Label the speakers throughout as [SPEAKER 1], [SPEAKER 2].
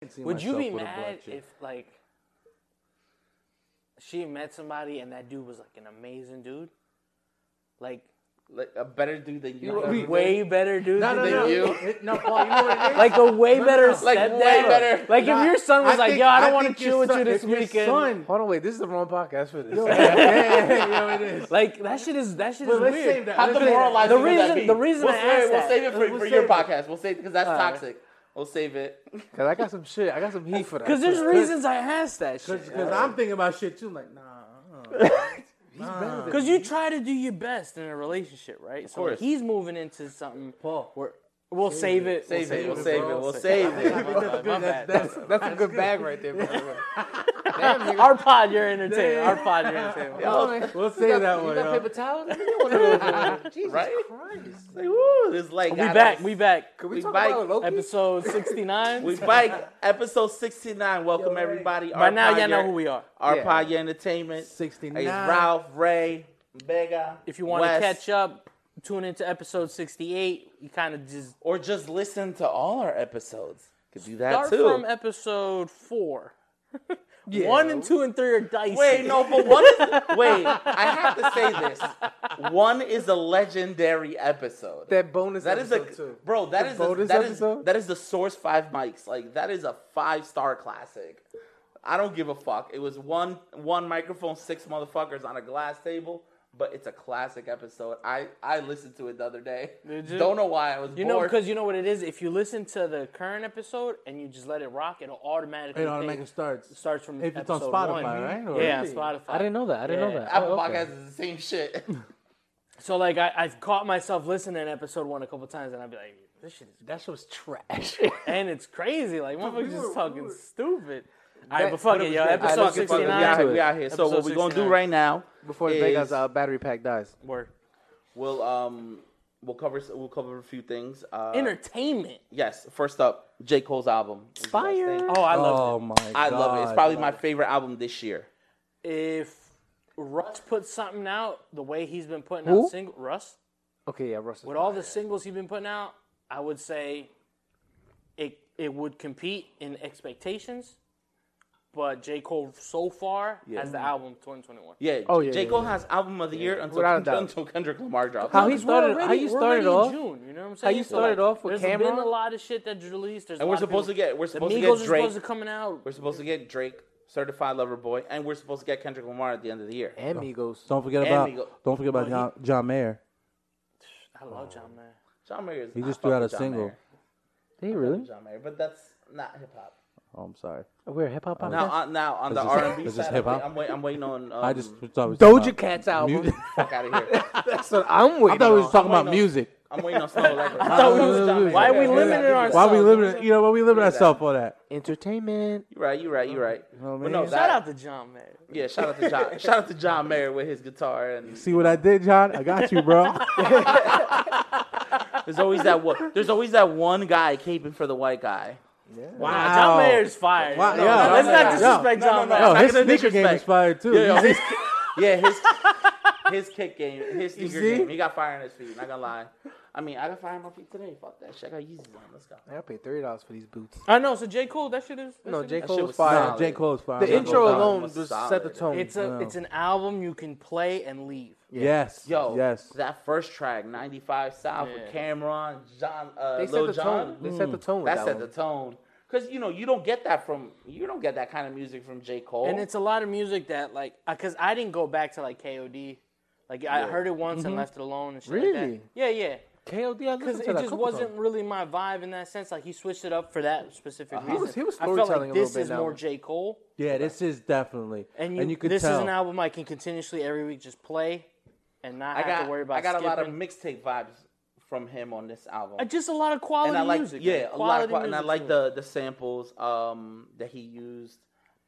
[SPEAKER 1] can see
[SPEAKER 2] Would you
[SPEAKER 1] myself
[SPEAKER 2] be
[SPEAKER 1] with a
[SPEAKER 2] mad
[SPEAKER 1] black chick.
[SPEAKER 2] if like she met somebody and that dude was like an amazing dude? Like
[SPEAKER 3] Like a better dude than you.
[SPEAKER 2] a
[SPEAKER 3] ever met?
[SPEAKER 2] way better dude
[SPEAKER 1] No,
[SPEAKER 2] than
[SPEAKER 1] no,
[SPEAKER 3] Than
[SPEAKER 1] no,
[SPEAKER 2] you?
[SPEAKER 3] you?
[SPEAKER 1] It- no, Paul, you know what it is?
[SPEAKER 2] Like a way better stepdad.
[SPEAKER 3] Like, way better.
[SPEAKER 2] Like
[SPEAKER 1] Nah,
[SPEAKER 2] if your son was like,
[SPEAKER 1] think-
[SPEAKER 2] "Yo, I don't want to
[SPEAKER 1] think your
[SPEAKER 2] chill with
[SPEAKER 1] son-
[SPEAKER 2] you this
[SPEAKER 1] if your
[SPEAKER 2] weekend."
[SPEAKER 1] son- hold on, wait. This is the wrong podcast for this. yeah, you know what it is.
[SPEAKER 2] Like that shit is that shit
[SPEAKER 1] Well,
[SPEAKER 2] is
[SPEAKER 1] let's
[SPEAKER 2] weird.
[SPEAKER 1] save that.
[SPEAKER 3] How
[SPEAKER 1] Let's save that.
[SPEAKER 3] demoralizing
[SPEAKER 2] The
[SPEAKER 3] would that
[SPEAKER 2] reason-
[SPEAKER 3] be?
[SPEAKER 2] the reason
[SPEAKER 3] we'll
[SPEAKER 2] I
[SPEAKER 3] save,
[SPEAKER 2] asked
[SPEAKER 3] we'll
[SPEAKER 2] that-
[SPEAKER 3] save it for,
[SPEAKER 1] we'll
[SPEAKER 3] for your
[SPEAKER 1] save it.
[SPEAKER 3] podcast. We'll save it because that's
[SPEAKER 2] Alright.
[SPEAKER 3] toxic. We'll save it.
[SPEAKER 1] Cause I got some shit. I got some heat for that.
[SPEAKER 2] Because there's reasons I asked that shit.
[SPEAKER 1] Because I'm thinking about shit too. Like, nah. uh-uh. Nah.
[SPEAKER 2] Because you try to do your best in a relationship, right? Of
[SPEAKER 3] course.
[SPEAKER 2] So he's moving into something.
[SPEAKER 1] Paul,
[SPEAKER 2] We're, we'll save, it.
[SPEAKER 3] Save it. We'll
[SPEAKER 1] it,
[SPEAKER 3] save it.
[SPEAKER 1] bro.
[SPEAKER 3] We'll save
[SPEAKER 1] I
[SPEAKER 3] it.
[SPEAKER 1] think that's good. That's, that's, that's, a good bag right there. By the way. Damn, nigga.
[SPEAKER 2] Our pod, you're entertained.
[SPEAKER 1] Yeah.
[SPEAKER 2] Our pod, you're entertained.
[SPEAKER 1] We'll say that one.
[SPEAKER 4] You got
[SPEAKER 1] yo.
[SPEAKER 4] paper towels? What you doing over there? Jesus
[SPEAKER 3] Right?
[SPEAKER 4] Christ.
[SPEAKER 3] Like, woo, it's like
[SPEAKER 2] We back. We back.
[SPEAKER 1] Can we,
[SPEAKER 3] We
[SPEAKER 1] talk
[SPEAKER 3] bike
[SPEAKER 1] about Loki?
[SPEAKER 2] Episode 69.
[SPEAKER 3] We bike episode 69. Welcome, everybody.
[SPEAKER 2] By now,
[SPEAKER 3] Arpaio-
[SPEAKER 2] y'all know who we are.
[SPEAKER 3] Our
[SPEAKER 1] Yeah.
[SPEAKER 3] Paya Entertainment.
[SPEAKER 1] 69.
[SPEAKER 3] It's Ralph, Ray, Bega.
[SPEAKER 2] If you want to catch up, tune into episode 68. You kind of just
[SPEAKER 3] Or just listen to all our episodes. Could do that
[SPEAKER 2] start
[SPEAKER 3] too.
[SPEAKER 2] from episode four. One and two and three are dicey.
[SPEAKER 3] Wait, no, but one is. wait, I have to say this. One is a legendary episode.
[SPEAKER 1] That bonus
[SPEAKER 3] That is
[SPEAKER 1] episode
[SPEAKER 3] a
[SPEAKER 1] too.
[SPEAKER 3] bro. That
[SPEAKER 1] The
[SPEAKER 3] is a,
[SPEAKER 1] bonus
[SPEAKER 3] that is
[SPEAKER 1] episode?
[SPEAKER 3] that is the source five mics. Like that is a five star classic. I don't give a fuck. It was one one microphone, six motherfuckers on a glass table, but it's a classic episode. I I listened to it the other day.
[SPEAKER 2] Did you?
[SPEAKER 3] Don't know why I was
[SPEAKER 2] You know,
[SPEAKER 3] bored.
[SPEAKER 2] because you know what it is. If you listen to the current episode and you just let it rock, it'll automatically
[SPEAKER 1] It
[SPEAKER 2] think-
[SPEAKER 1] automatically starts.
[SPEAKER 2] starts from
[SPEAKER 1] If it's on
[SPEAKER 2] episode
[SPEAKER 1] Spotify,
[SPEAKER 2] one.
[SPEAKER 1] right? Or-
[SPEAKER 2] Yeah,
[SPEAKER 1] Really?
[SPEAKER 2] Spotify.
[SPEAKER 4] I didn't know that. I didn't
[SPEAKER 2] Yeah.
[SPEAKER 4] know that.
[SPEAKER 3] Apple
[SPEAKER 4] Oh, okay.
[SPEAKER 3] Podcast is the same shit.
[SPEAKER 2] So like I, I've caught myself listening to episode one a couple times, and I'd be like, "This shit is,"
[SPEAKER 4] That shit was trash.
[SPEAKER 2] and it's crazy. Like motherfuckers
[SPEAKER 1] were-
[SPEAKER 2] just
[SPEAKER 1] we
[SPEAKER 2] talking
[SPEAKER 1] were-
[SPEAKER 2] stupid. All right,
[SPEAKER 1] That-
[SPEAKER 2] but fuck
[SPEAKER 1] but it
[SPEAKER 2] it,
[SPEAKER 1] was
[SPEAKER 2] yo.
[SPEAKER 1] good. I don't
[SPEAKER 2] Episode
[SPEAKER 1] give a fuck.
[SPEAKER 2] sixty
[SPEAKER 3] we
[SPEAKER 1] Yeah,
[SPEAKER 3] out here.
[SPEAKER 2] nine.
[SPEAKER 3] We out here. So
[SPEAKER 2] Episode
[SPEAKER 3] what we're gonna do
[SPEAKER 2] 69.
[SPEAKER 3] right now?
[SPEAKER 1] Before
[SPEAKER 3] is-
[SPEAKER 1] the Vegas uh, battery pack dies.
[SPEAKER 3] we'll um we'll cover we'll cover a few things. Uh,
[SPEAKER 2] Entertainment.
[SPEAKER 3] yes, first up, J Cole's album. Is the best
[SPEAKER 4] Fire.
[SPEAKER 3] thing.
[SPEAKER 2] Oh, I love
[SPEAKER 1] my god.
[SPEAKER 3] I love it. It's probably my favorite album this year.
[SPEAKER 2] it. If Russ puts something out the way he's been putting
[SPEAKER 1] Who?
[SPEAKER 2] out single Russ
[SPEAKER 1] Okay, yeah, Russell.
[SPEAKER 2] with all the singles he's been putting out, I would say it it would compete in expectations. But J Cole so far has the album 2021.
[SPEAKER 3] Yeah.
[SPEAKER 1] Oh, yeah,
[SPEAKER 3] J
[SPEAKER 1] yeah,
[SPEAKER 3] Cole has album of the year until,
[SPEAKER 1] Without a doubt.
[SPEAKER 3] until Kendrick Lamar drops.
[SPEAKER 1] How he
[SPEAKER 2] We're
[SPEAKER 1] started?
[SPEAKER 2] already-
[SPEAKER 1] how you
[SPEAKER 2] we're
[SPEAKER 1] started
[SPEAKER 2] already
[SPEAKER 1] off?
[SPEAKER 2] in June, you know what I'm saying?
[SPEAKER 1] how you started off with
[SPEAKER 2] there's been
[SPEAKER 1] Cameron?
[SPEAKER 2] a lot of shit that's released. There's a
[SPEAKER 3] and we're
[SPEAKER 2] lot of
[SPEAKER 3] supposed to
[SPEAKER 2] people-
[SPEAKER 3] get we're
[SPEAKER 2] the
[SPEAKER 3] supposed to
[SPEAKER 2] Migos
[SPEAKER 3] get
[SPEAKER 2] are
[SPEAKER 3] Drake.
[SPEAKER 2] supposed to coming out.
[SPEAKER 3] We're supposed to get Drake, Certified Lover Boy, and we're supposed to get Kendrick Lamar at the end of the year.
[SPEAKER 1] And Migos.
[SPEAKER 4] Don't forget
[SPEAKER 3] And about- we go-
[SPEAKER 4] Don't forget about John, John Mayer.
[SPEAKER 2] I love John Mayer.
[SPEAKER 3] John Mayer is
[SPEAKER 4] He
[SPEAKER 3] I
[SPEAKER 4] just
[SPEAKER 3] fuck
[SPEAKER 4] threw out
[SPEAKER 3] with
[SPEAKER 4] a
[SPEAKER 3] John
[SPEAKER 4] single.
[SPEAKER 3] Mayer.
[SPEAKER 4] Did he really?
[SPEAKER 3] John Mayer, but that's not hip hop.
[SPEAKER 4] Oh, I'm sorry.
[SPEAKER 1] We're a hip hop
[SPEAKER 3] Now,
[SPEAKER 1] podcast.
[SPEAKER 3] on, now on the
[SPEAKER 4] Is this-
[SPEAKER 3] R and B
[SPEAKER 4] is
[SPEAKER 3] side,
[SPEAKER 4] this
[SPEAKER 3] I'm,
[SPEAKER 4] hip-hop?
[SPEAKER 3] wait- I'm, wait, I'm waiting on. Um,
[SPEAKER 4] I just thought we
[SPEAKER 1] Doja Cat's album.
[SPEAKER 3] fuck out of here.
[SPEAKER 1] That's what I'm waiting. uh, I thought we was talking
[SPEAKER 3] I'm
[SPEAKER 1] about
[SPEAKER 3] waiting on-
[SPEAKER 1] music.
[SPEAKER 3] I'm waiting on Snow Leopard.
[SPEAKER 2] Why are we
[SPEAKER 3] Yeah.
[SPEAKER 2] limiting
[SPEAKER 3] Yeah.
[SPEAKER 2] ourselves?
[SPEAKER 4] Uh, Why we limiting? You know what? We limit ourselves on that.
[SPEAKER 1] Entertainment.
[SPEAKER 3] You right, you right, you right.
[SPEAKER 4] know what I
[SPEAKER 3] But
[SPEAKER 4] mean?
[SPEAKER 3] no,
[SPEAKER 4] Shout
[SPEAKER 3] that,
[SPEAKER 2] Shout out to John Mayer.
[SPEAKER 3] Yeah, shout out to John. shout out to John Mayer with his guitar and
[SPEAKER 4] See what I did, John? I got you, bro.
[SPEAKER 3] There's always that one. There's always that one guy caping for the white guy.
[SPEAKER 2] Wow, John Mayer's fire.
[SPEAKER 4] Wow,
[SPEAKER 2] No,
[SPEAKER 4] yeah.
[SPEAKER 2] no, let's
[SPEAKER 4] Yeah.
[SPEAKER 2] not disrespect
[SPEAKER 3] No, no,
[SPEAKER 2] John
[SPEAKER 3] no.
[SPEAKER 2] Mayer.
[SPEAKER 4] Yo,
[SPEAKER 3] not
[SPEAKER 4] his
[SPEAKER 3] gonna
[SPEAKER 4] sneaker game
[SPEAKER 3] disrespect.
[SPEAKER 4] is fire too.
[SPEAKER 3] Yeah, yeah,
[SPEAKER 4] He's-
[SPEAKER 3] his, yeah, his his kick game, his sneaker
[SPEAKER 1] see?
[SPEAKER 3] game. He got fire on his feet. Not gonna lie. I mean, I got fire on my feet today. Fuck that shit. I got Yeezys on. Let's go.
[SPEAKER 1] I paid thirty dollars for these boots.
[SPEAKER 2] I know. So J Cole, that shit is. that
[SPEAKER 1] No,
[SPEAKER 2] shit
[SPEAKER 1] J
[SPEAKER 2] is-
[SPEAKER 3] shit
[SPEAKER 1] Cole's
[SPEAKER 3] was
[SPEAKER 1] fire.
[SPEAKER 3] solid.
[SPEAKER 4] J. Cole's fire.
[SPEAKER 1] The
[SPEAKER 3] J.
[SPEAKER 1] intro
[SPEAKER 3] Cole's album
[SPEAKER 1] alone
[SPEAKER 3] was
[SPEAKER 1] just
[SPEAKER 3] solid.
[SPEAKER 1] set the tone.
[SPEAKER 2] It's a
[SPEAKER 4] Wow.
[SPEAKER 2] it's an album you can play and leave.
[SPEAKER 4] Yes.
[SPEAKER 3] Yo,
[SPEAKER 4] Yes.
[SPEAKER 3] that first track, '95 South
[SPEAKER 2] Yeah.
[SPEAKER 3] with Cameron, John, uh,
[SPEAKER 1] They set
[SPEAKER 3] Lil
[SPEAKER 1] the
[SPEAKER 3] John.
[SPEAKER 1] tone. They set the tone. with
[SPEAKER 3] That set
[SPEAKER 1] one.
[SPEAKER 3] the tone. Cause you know you don't get that from you don't get that kind of music from J Cole.
[SPEAKER 2] And it's a lot of music that like because I didn't go back to like KOD. Like I heard it once
[SPEAKER 3] Mm-hmm.
[SPEAKER 2] and left it alone and shit. like that.
[SPEAKER 1] Really?
[SPEAKER 2] Yeah, yeah.
[SPEAKER 1] KOD. I
[SPEAKER 2] Because
[SPEAKER 1] listened to
[SPEAKER 2] it
[SPEAKER 1] that
[SPEAKER 2] just
[SPEAKER 1] couple
[SPEAKER 2] wasn't
[SPEAKER 1] times.
[SPEAKER 2] really my vibe in that sense. Like he switched it up for that specific reason.
[SPEAKER 1] He was- he was
[SPEAKER 2] I felt
[SPEAKER 1] storytelling
[SPEAKER 2] like
[SPEAKER 1] a
[SPEAKER 2] this
[SPEAKER 1] little bit
[SPEAKER 2] is
[SPEAKER 1] now.
[SPEAKER 2] more J Cole,
[SPEAKER 4] Yeah, this is definitely.
[SPEAKER 2] and you,
[SPEAKER 4] could
[SPEAKER 2] this
[SPEAKER 4] tell.
[SPEAKER 2] is an album I can continuously every week just play and not
[SPEAKER 3] I
[SPEAKER 2] have
[SPEAKER 3] got
[SPEAKER 2] to worry about.
[SPEAKER 3] I got
[SPEAKER 2] skipping.
[SPEAKER 3] a lot of mixtape vibes from him on this album.
[SPEAKER 2] Uh, just a lot of quality
[SPEAKER 3] and I like
[SPEAKER 2] music. man.
[SPEAKER 3] yeah, a lot of
[SPEAKER 2] Quality
[SPEAKER 3] qual- and I
[SPEAKER 2] music
[SPEAKER 3] like
[SPEAKER 2] to it.
[SPEAKER 3] the the samples um that he used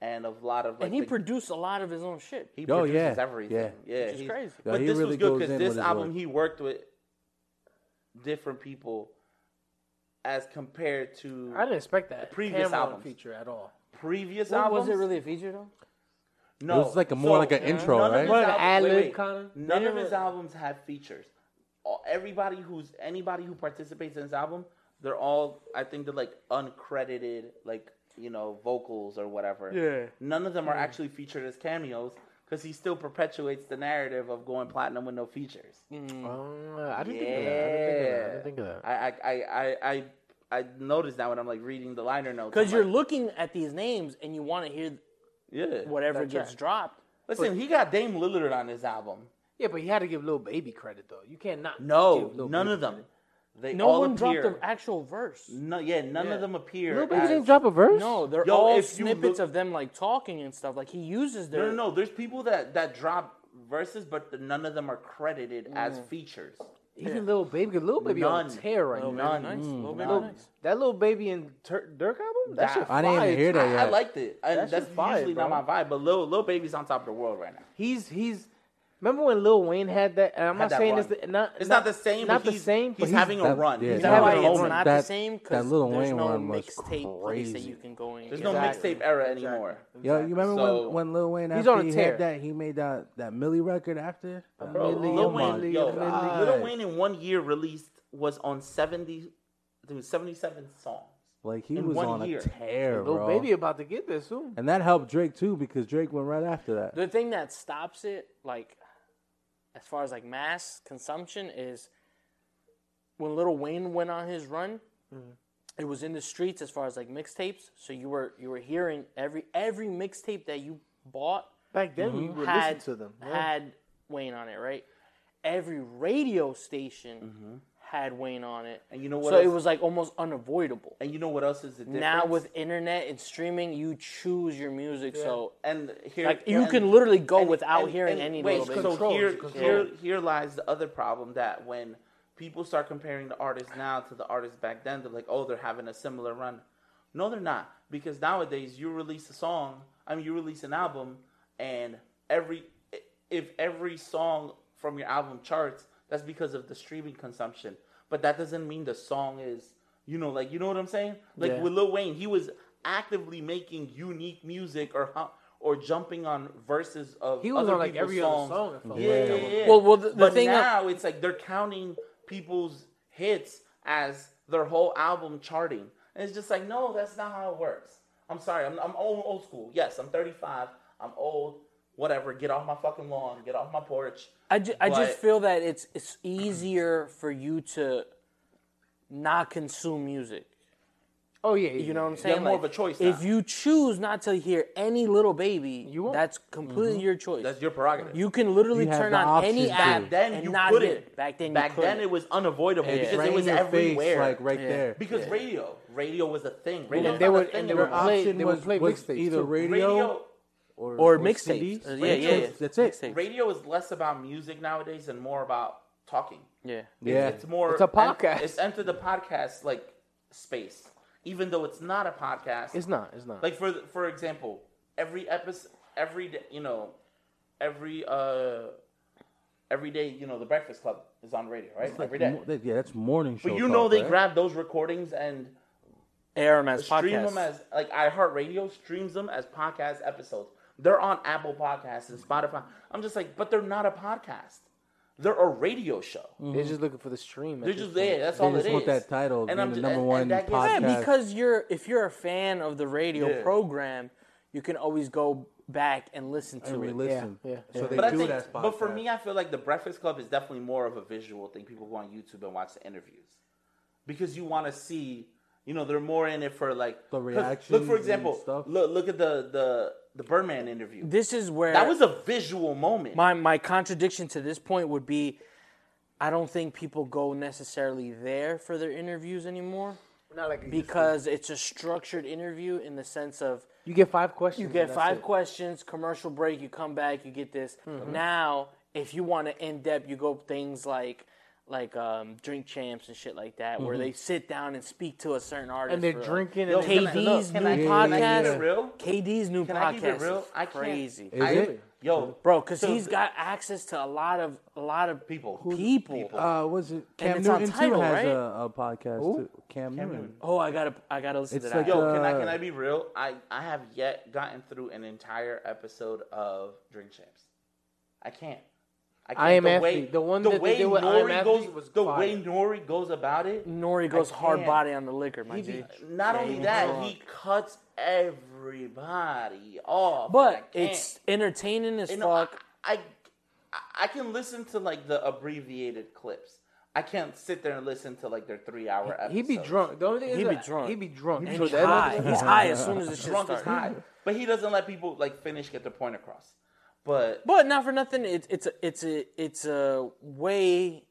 [SPEAKER 3] and a lot of like
[SPEAKER 2] and he
[SPEAKER 3] the-
[SPEAKER 2] produced a lot lot of his own shit.
[SPEAKER 3] he
[SPEAKER 4] Oh,
[SPEAKER 3] produces
[SPEAKER 4] yeah,
[SPEAKER 3] everything. Yeah,
[SPEAKER 2] Which is
[SPEAKER 3] he's-
[SPEAKER 2] crazy.
[SPEAKER 4] Yeah,
[SPEAKER 3] but
[SPEAKER 4] he
[SPEAKER 3] this was
[SPEAKER 4] really
[SPEAKER 3] good
[SPEAKER 4] goes
[SPEAKER 3] because
[SPEAKER 4] in
[SPEAKER 3] this
[SPEAKER 4] with his
[SPEAKER 3] album
[SPEAKER 4] work.
[SPEAKER 3] he worked with different people as compared to
[SPEAKER 1] I didn't expect that
[SPEAKER 3] Previous
[SPEAKER 1] Cameron
[SPEAKER 3] albums.
[SPEAKER 1] feature at all.
[SPEAKER 3] previous
[SPEAKER 2] What,
[SPEAKER 3] albums.
[SPEAKER 2] was it really a feature though?
[SPEAKER 3] No,
[SPEAKER 4] It was like a- more like an intro,
[SPEAKER 3] none of
[SPEAKER 4] right?
[SPEAKER 3] his
[SPEAKER 4] More
[SPEAKER 1] like an
[SPEAKER 3] album-
[SPEAKER 1] ad-lib
[SPEAKER 3] wait, wait.
[SPEAKER 1] kinda?
[SPEAKER 3] None of
[SPEAKER 2] Yeah.
[SPEAKER 3] his albums have features. All- Everybody who's anybody who participates in his album, they're all I think they're like uncredited, like you know vocals or whatever.
[SPEAKER 1] Yeah.
[SPEAKER 3] None of them are actually featured as cameos because he still perpetuates the narrative of going platinum with no features.
[SPEAKER 1] Um,
[SPEAKER 5] Uh, I didn't think of that. I didn't think of that. I didn't think of that.
[SPEAKER 3] I I I I. I I noticed that when I'm like reading the liner notes.
[SPEAKER 2] Because
[SPEAKER 3] I'm
[SPEAKER 2] you're
[SPEAKER 3] like,
[SPEAKER 2] looking at these names and you want to hear
[SPEAKER 3] yeah.
[SPEAKER 2] whatever
[SPEAKER 1] That
[SPEAKER 2] gets
[SPEAKER 1] track.
[SPEAKER 2] dropped.
[SPEAKER 3] Listen, he got Dame Lillard on his album.
[SPEAKER 5] Yeah, but he had to give Lil Baby credit though. You can't not.
[SPEAKER 3] No,
[SPEAKER 5] give Lil
[SPEAKER 3] none
[SPEAKER 5] Baby
[SPEAKER 3] of them.
[SPEAKER 5] credit.
[SPEAKER 3] They
[SPEAKER 2] No
[SPEAKER 3] all
[SPEAKER 2] one
[SPEAKER 3] appear.
[SPEAKER 2] dropped the actual verse.
[SPEAKER 3] No, yeah, none
[SPEAKER 2] Yeah.
[SPEAKER 3] of them appear.
[SPEAKER 5] Lil Baby
[SPEAKER 3] as-
[SPEAKER 5] didn't drop a verse.
[SPEAKER 2] No, they're
[SPEAKER 3] Yo,
[SPEAKER 2] all
[SPEAKER 3] if you look-
[SPEAKER 2] snippets of them like talking and stuff. Like he uses
[SPEAKER 3] No,
[SPEAKER 2] their
[SPEAKER 3] no, no. There's people that that drop verses, but the, none of them are credited
[SPEAKER 2] Mm.
[SPEAKER 3] as features.
[SPEAKER 5] even Lil Baby. 'cause Lil Baby on
[SPEAKER 3] None.
[SPEAKER 5] tear right
[SPEAKER 2] Little
[SPEAKER 5] now.
[SPEAKER 2] Baby nice. Mm. Little baby
[SPEAKER 3] None.
[SPEAKER 2] nice.
[SPEAKER 5] That Lil Baby and Tur- Dirk album. That,
[SPEAKER 3] Nah.
[SPEAKER 5] shit
[SPEAKER 4] I didn't even
[SPEAKER 5] fire,
[SPEAKER 4] hear
[SPEAKER 5] too.
[SPEAKER 4] that yet.
[SPEAKER 3] I liked it. I,
[SPEAKER 5] That
[SPEAKER 3] that's
[SPEAKER 5] shit's fire,
[SPEAKER 3] usually
[SPEAKER 5] bro.
[SPEAKER 3] not my vibe, but Lil Lil Baby's on top of the world right now.
[SPEAKER 5] He's he's. Remember when Lil Wayne had that? And I'm
[SPEAKER 3] Had
[SPEAKER 5] not
[SPEAKER 3] that
[SPEAKER 5] saying
[SPEAKER 3] run.
[SPEAKER 5] it's the, not.
[SPEAKER 3] It's not the same,
[SPEAKER 5] Not
[SPEAKER 3] but
[SPEAKER 5] the
[SPEAKER 3] he's-
[SPEAKER 5] same.
[SPEAKER 3] he's
[SPEAKER 5] but
[SPEAKER 3] having a run.
[SPEAKER 4] yeah,
[SPEAKER 3] He's
[SPEAKER 4] that
[SPEAKER 2] That's why
[SPEAKER 3] having a
[SPEAKER 2] it's
[SPEAKER 3] moment.
[SPEAKER 2] not the
[SPEAKER 4] that-
[SPEAKER 2] same because
[SPEAKER 4] That Lil
[SPEAKER 2] there's
[SPEAKER 4] Wayne
[SPEAKER 2] no
[SPEAKER 4] one was
[SPEAKER 2] mixtape place that
[SPEAKER 4] crazy.
[SPEAKER 2] you can go and
[SPEAKER 3] There's
[SPEAKER 2] get.
[SPEAKER 3] no
[SPEAKER 5] Exactly.
[SPEAKER 3] mixtape era anymore.
[SPEAKER 4] Yo, you remember
[SPEAKER 3] So-
[SPEAKER 4] when, when Lil Wayne
[SPEAKER 5] He's
[SPEAKER 4] after
[SPEAKER 5] on a
[SPEAKER 4] he
[SPEAKER 5] tear.
[SPEAKER 4] had that he made that that Millie record after?
[SPEAKER 3] Bro,
[SPEAKER 5] Millie,
[SPEAKER 3] Lil
[SPEAKER 5] oh my
[SPEAKER 3] Wayne, yo, uh,
[SPEAKER 5] God.
[SPEAKER 3] Lil Wayne in one year released was on seventy, there was seventy-seven songs.
[SPEAKER 4] Like he
[SPEAKER 3] in
[SPEAKER 4] was
[SPEAKER 3] one
[SPEAKER 4] on
[SPEAKER 3] year.
[SPEAKER 4] a tear,
[SPEAKER 5] Lil
[SPEAKER 4] bro.
[SPEAKER 5] Baby about to get there soon.
[SPEAKER 4] And that helped Drake too because Drake went right after that.
[SPEAKER 2] The thing that stops it, like, as far as like mass consumption, is when Little Wayne went on his run.
[SPEAKER 5] Mm-hmm.
[SPEAKER 2] It was in the streets as far as like mixtapes. So you were you were hearing every every mixtape that you bought
[SPEAKER 5] Back then, we would
[SPEAKER 2] had
[SPEAKER 5] listen to them. Yeah.
[SPEAKER 2] had Wayne on it, right? Every radio station
[SPEAKER 5] Mm-hmm.
[SPEAKER 2] had Wayne on it,
[SPEAKER 3] And you know what
[SPEAKER 2] So it
[SPEAKER 3] else-
[SPEAKER 2] was like almost unavoidable.
[SPEAKER 3] And you know what else is the difference?
[SPEAKER 2] Now with internet and streaming, you choose your music. So
[SPEAKER 3] and here
[SPEAKER 2] like you
[SPEAKER 3] and-
[SPEAKER 2] can literally go
[SPEAKER 3] and-
[SPEAKER 2] without
[SPEAKER 3] and-
[SPEAKER 2] hearing
[SPEAKER 3] and
[SPEAKER 2] any
[SPEAKER 3] wait,
[SPEAKER 2] Lil Baby.
[SPEAKER 3] So
[SPEAKER 5] Control,
[SPEAKER 3] here,
[SPEAKER 5] it's control.
[SPEAKER 3] here, here lies the other problem that when people start comparing the artists now to the artists back then, they're like, oh, they're having a similar run. No, they're not, because nowadays you release a song. I mean, you release an album, and every if every song from your album charts, that's because of the streaming consumption. But that doesn't mean the song is, you know, like you know what I'm saying? Like
[SPEAKER 5] Yeah.
[SPEAKER 3] with Lil Wayne, he was actively making unique music or hu- or jumping on verses of
[SPEAKER 5] He was
[SPEAKER 3] other
[SPEAKER 5] on, like,
[SPEAKER 3] people's
[SPEAKER 5] every other
[SPEAKER 3] songs.
[SPEAKER 5] song, if I'm
[SPEAKER 3] yeah,
[SPEAKER 5] right.
[SPEAKER 3] yeah, yeah.
[SPEAKER 2] Well, well, the- the
[SPEAKER 3] but
[SPEAKER 2] thing that-
[SPEAKER 3] now it's like they're counting people's hits as their whole album charting, and it's just like, no, that's not how it works. I'm sorry, I'm I'm old, old school. Yes, I'm 35. I'm old. Whatever. Get off my fucking lawn. Get off my porch.
[SPEAKER 2] I, ju- I
[SPEAKER 3] But-
[SPEAKER 2] just feel that it's it's easier for you to not consume music.
[SPEAKER 5] Oh yeah, yeah,
[SPEAKER 2] You know what I'm
[SPEAKER 5] yeah.
[SPEAKER 2] saying?
[SPEAKER 3] have more
[SPEAKER 2] Like,
[SPEAKER 3] of a choice
[SPEAKER 2] If
[SPEAKER 3] now.
[SPEAKER 2] you choose not to hear any little baby,
[SPEAKER 5] You won't.
[SPEAKER 2] that's completely your choice.
[SPEAKER 3] Mm-hmm. That's your prerogative.
[SPEAKER 2] You can literally
[SPEAKER 4] You have
[SPEAKER 2] turn
[SPEAKER 4] the
[SPEAKER 2] on any
[SPEAKER 4] option to.
[SPEAKER 2] app
[SPEAKER 4] Back
[SPEAKER 3] then
[SPEAKER 2] and
[SPEAKER 3] you
[SPEAKER 2] not
[SPEAKER 3] couldn't.
[SPEAKER 2] hear it. Back then,
[SPEAKER 3] Back
[SPEAKER 2] you couldn't.
[SPEAKER 3] then it was unavoidable because
[SPEAKER 4] Right
[SPEAKER 3] it
[SPEAKER 4] in
[SPEAKER 3] was
[SPEAKER 4] your
[SPEAKER 3] everywhere.
[SPEAKER 4] face, like right there.
[SPEAKER 3] Because radio, radio was a thing.
[SPEAKER 5] And
[SPEAKER 3] Radio was
[SPEAKER 5] they
[SPEAKER 3] not a
[SPEAKER 5] would-
[SPEAKER 3] thing
[SPEAKER 5] and they
[SPEAKER 3] anymore.
[SPEAKER 5] would play-
[SPEAKER 4] Option
[SPEAKER 5] they
[SPEAKER 4] was,
[SPEAKER 5] would play
[SPEAKER 4] was
[SPEAKER 5] mixtapes,
[SPEAKER 4] either
[SPEAKER 5] too.
[SPEAKER 4] radio,
[SPEAKER 3] radio.
[SPEAKER 4] or,
[SPEAKER 2] or
[SPEAKER 4] or
[SPEAKER 2] mixtapes.
[SPEAKER 4] CDs.
[SPEAKER 2] Uh, yeah, yeah, yeah.
[SPEAKER 4] Mixtapes, That's it.
[SPEAKER 2] Mixtapes.
[SPEAKER 3] Radio is less about music nowadays and more about talking.
[SPEAKER 2] Yeah.
[SPEAKER 4] Yeah,
[SPEAKER 3] It's more.
[SPEAKER 5] It's a podcast.
[SPEAKER 3] en- It's entered the podcast like space, even though it's not a podcast.
[SPEAKER 5] It's not. It's not.
[SPEAKER 3] like for for example, every episode, every day, you know, every uh, every day, you know, The Breakfast Club is on radio, right? every day.
[SPEAKER 4] Mo- that- yeah, that's morning show.
[SPEAKER 3] But you know
[SPEAKER 4] talk,
[SPEAKER 3] they
[SPEAKER 4] right?
[SPEAKER 3] grab those recordings and
[SPEAKER 2] Air 'em as
[SPEAKER 3] stream
[SPEAKER 2] podcasts.
[SPEAKER 3] them as like iHeartRadio streams them as podcast episodes. They're on Apple Podcasts and Spotify. I'm just like, but they're not a podcast. They're a radio show.
[SPEAKER 5] They're just looking for the stream. at
[SPEAKER 3] They're
[SPEAKER 5] this
[SPEAKER 3] just
[SPEAKER 5] point.
[SPEAKER 3] there. That's
[SPEAKER 4] They
[SPEAKER 3] all
[SPEAKER 4] just
[SPEAKER 3] it
[SPEAKER 4] want
[SPEAKER 3] is.
[SPEAKER 4] that title, being the
[SPEAKER 3] ju-
[SPEAKER 4] number one
[SPEAKER 3] that gets-
[SPEAKER 2] yeah,
[SPEAKER 4] podcast. Podcast.
[SPEAKER 2] because you're if you're a fan of the radio
[SPEAKER 3] Yeah.
[SPEAKER 2] program, you can always go back and listen to
[SPEAKER 4] and
[SPEAKER 2] it.
[SPEAKER 4] re-listen.
[SPEAKER 5] Yeah, yeah.
[SPEAKER 4] So they
[SPEAKER 3] But, I
[SPEAKER 4] do
[SPEAKER 3] think,
[SPEAKER 4] that. as
[SPEAKER 3] but for
[SPEAKER 4] podcast.
[SPEAKER 3] me, I feel like the Breakfast Club is definitely more of a visual thing. People go on YouTube and watch the interviews because you want to see. You know, they're more in it for like
[SPEAKER 4] The
[SPEAKER 3] 'cause Look
[SPEAKER 4] reactions
[SPEAKER 3] for
[SPEAKER 4] and
[SPEAKER 3] example.
[SPEAKER 4] stuff.
[SPEAKER 3] Look, look at the the the Birdman interview.
[SPEAKER 2] This is where
[SPEAKER 3] that was a visual moment.
[SPEAKER 2] my my contradiction to this point would be, I don't think people go necessarily there for their interviews anymore
[SPEAKER 5] Not like
[SPEAKER 2] because it's a structured interview in the sense of
[SPEAKER 5] you get five questions.
[SPEAKER 2] You get
[SPEAKER 5] and that's
[SPEAKER 2] five
[SPEAKER 5] it.
[SPEAKER 2] questions, commercial break, you come back, you get this.
[SPEAKER 3] Mm-hmm.
[SPEAKER 2] Now, if you want to in depth, you go things like like um, drink champs and shit like that, where
[SPEAKER 3] Mm-hmm.
[SPEAKER 2] they sit down and speak to a certain artist.
[SPEAKER 5] And they're
[SPEAKER 2] for, like,
[SPEAKER 5] drinking and
[SPEAKER 3] Yo,
[SPEAKER 5] they're
[SPEAKER 3] can I- look,
[SPEAKER 2] KD's
[SPEAKER 3] can
[SPEAKER 2] new
[SPEAKER 3] I- can I keep it
[SPEAKER 2] podcast.
[SPEAKER 3] real?
[SPEAKER 2] KD's new
[SPEAKER 3] Can
[SPEAKER 2] podcast.
[SPEAKER 3] I keep it real?
[SPEAKER 2] is
[SPEAKER 3] I can't.
[SPEAKER 2] crazy.
[SPEAKER 4] Is
[SPEAKER 3] I-
[SPEAKER 4] it?
[SPEAKER 3] Yo,
[SPEAKER 2] Bro, because
[SPEAKER 3] So
[SPEAKER 2] he's
[SPEAKER 3] th-
[SPEAKER 2] got access to a lot of a lot of
[SPEAKER 3] People.
[SPEAKER 2] People.
[SPEAKER 4] Uh, was it Cam
[SPEAKER 2] it's on
[SPEAKER 4] Newton too
[SPEAKER 2] title,
[SPEAKER 4] has
[SPEAKER 2] right?
[SPEAKER 4] a, a podcast too? Cam, Newton.
[SPEAKER 2] Oh, I gotta I gotta listen
[SPEAKER 4] It's
[SPEAKER 2] to that.
[SPEAKER 4] like
[SPEAKER 3] Yo, can I can
[SPEAKER 4] Uh,
[SPEAKER 3] I be real? I I have yet gotten through an entire episode of Drink Champs. I can't. I can't.
[SPEAKER 5] I Am
[SPEAKER 3] the
[SPEAKER 5] Athlete.
[SPEAKER 3] way
[SPEAKER 5] The one
[SPEAKER 3] the
[SPEAKER 5] that they
[SPEAKER 3] way
[SPEAKER 5] did with I Am
[SPEAKER 3] Nori
[SPEAKER 5] Athlete
[SPEAKER 3] goes
[SPEAKER 5] was
[SPEAKER 3] the
[SPEAKER 5] fire.
[SPEAKER 3] way Nori goes about it.
[SPEAKER 2] Nori goes
[SPEAKER 3] I
[SPEAKER 2] hard
[SPEAKER 3] can't.
[SPEAKER 2] body on the liquor, my
[SPEAKER 5] He be-
[SPEAKER 2] dude.
[SPEAKER 3] Not only that, he cuts everybody off. and I
[SPEAKER 2] But
[SPEAKER 3] can't.
[SPEAKER 2] it's entertaining as
[SPEAKER 3] You know,
[SPEAKER 2] fuck.
[SPEAKER 3] I, I I can listen to like the abbreviated clips. I can't sit there and listen to like their three hour episodes.
[SPEAKER 1] He be drunk. The only thing is
[SPEAKER 2] He be
[SPEAKER 1] that
[SPEAKER 2] drunk.
[SPEAKER 1] He be drunk.
[SPEAKER 2] And
[SPEAKER 1] So
[SPEAKER 2] he's
[SPEAKER 1] that-
[SPEAKER 2] high. He's high as soon as the shit
[SPEAKER 3] Drunk is
[SPEAKER 2] starts.
[SPEAKER 3] high, but he doesn't let people like finish get their point across. But
[SPEAKER 2] But not for nothing. It, it's a, it's a it's a way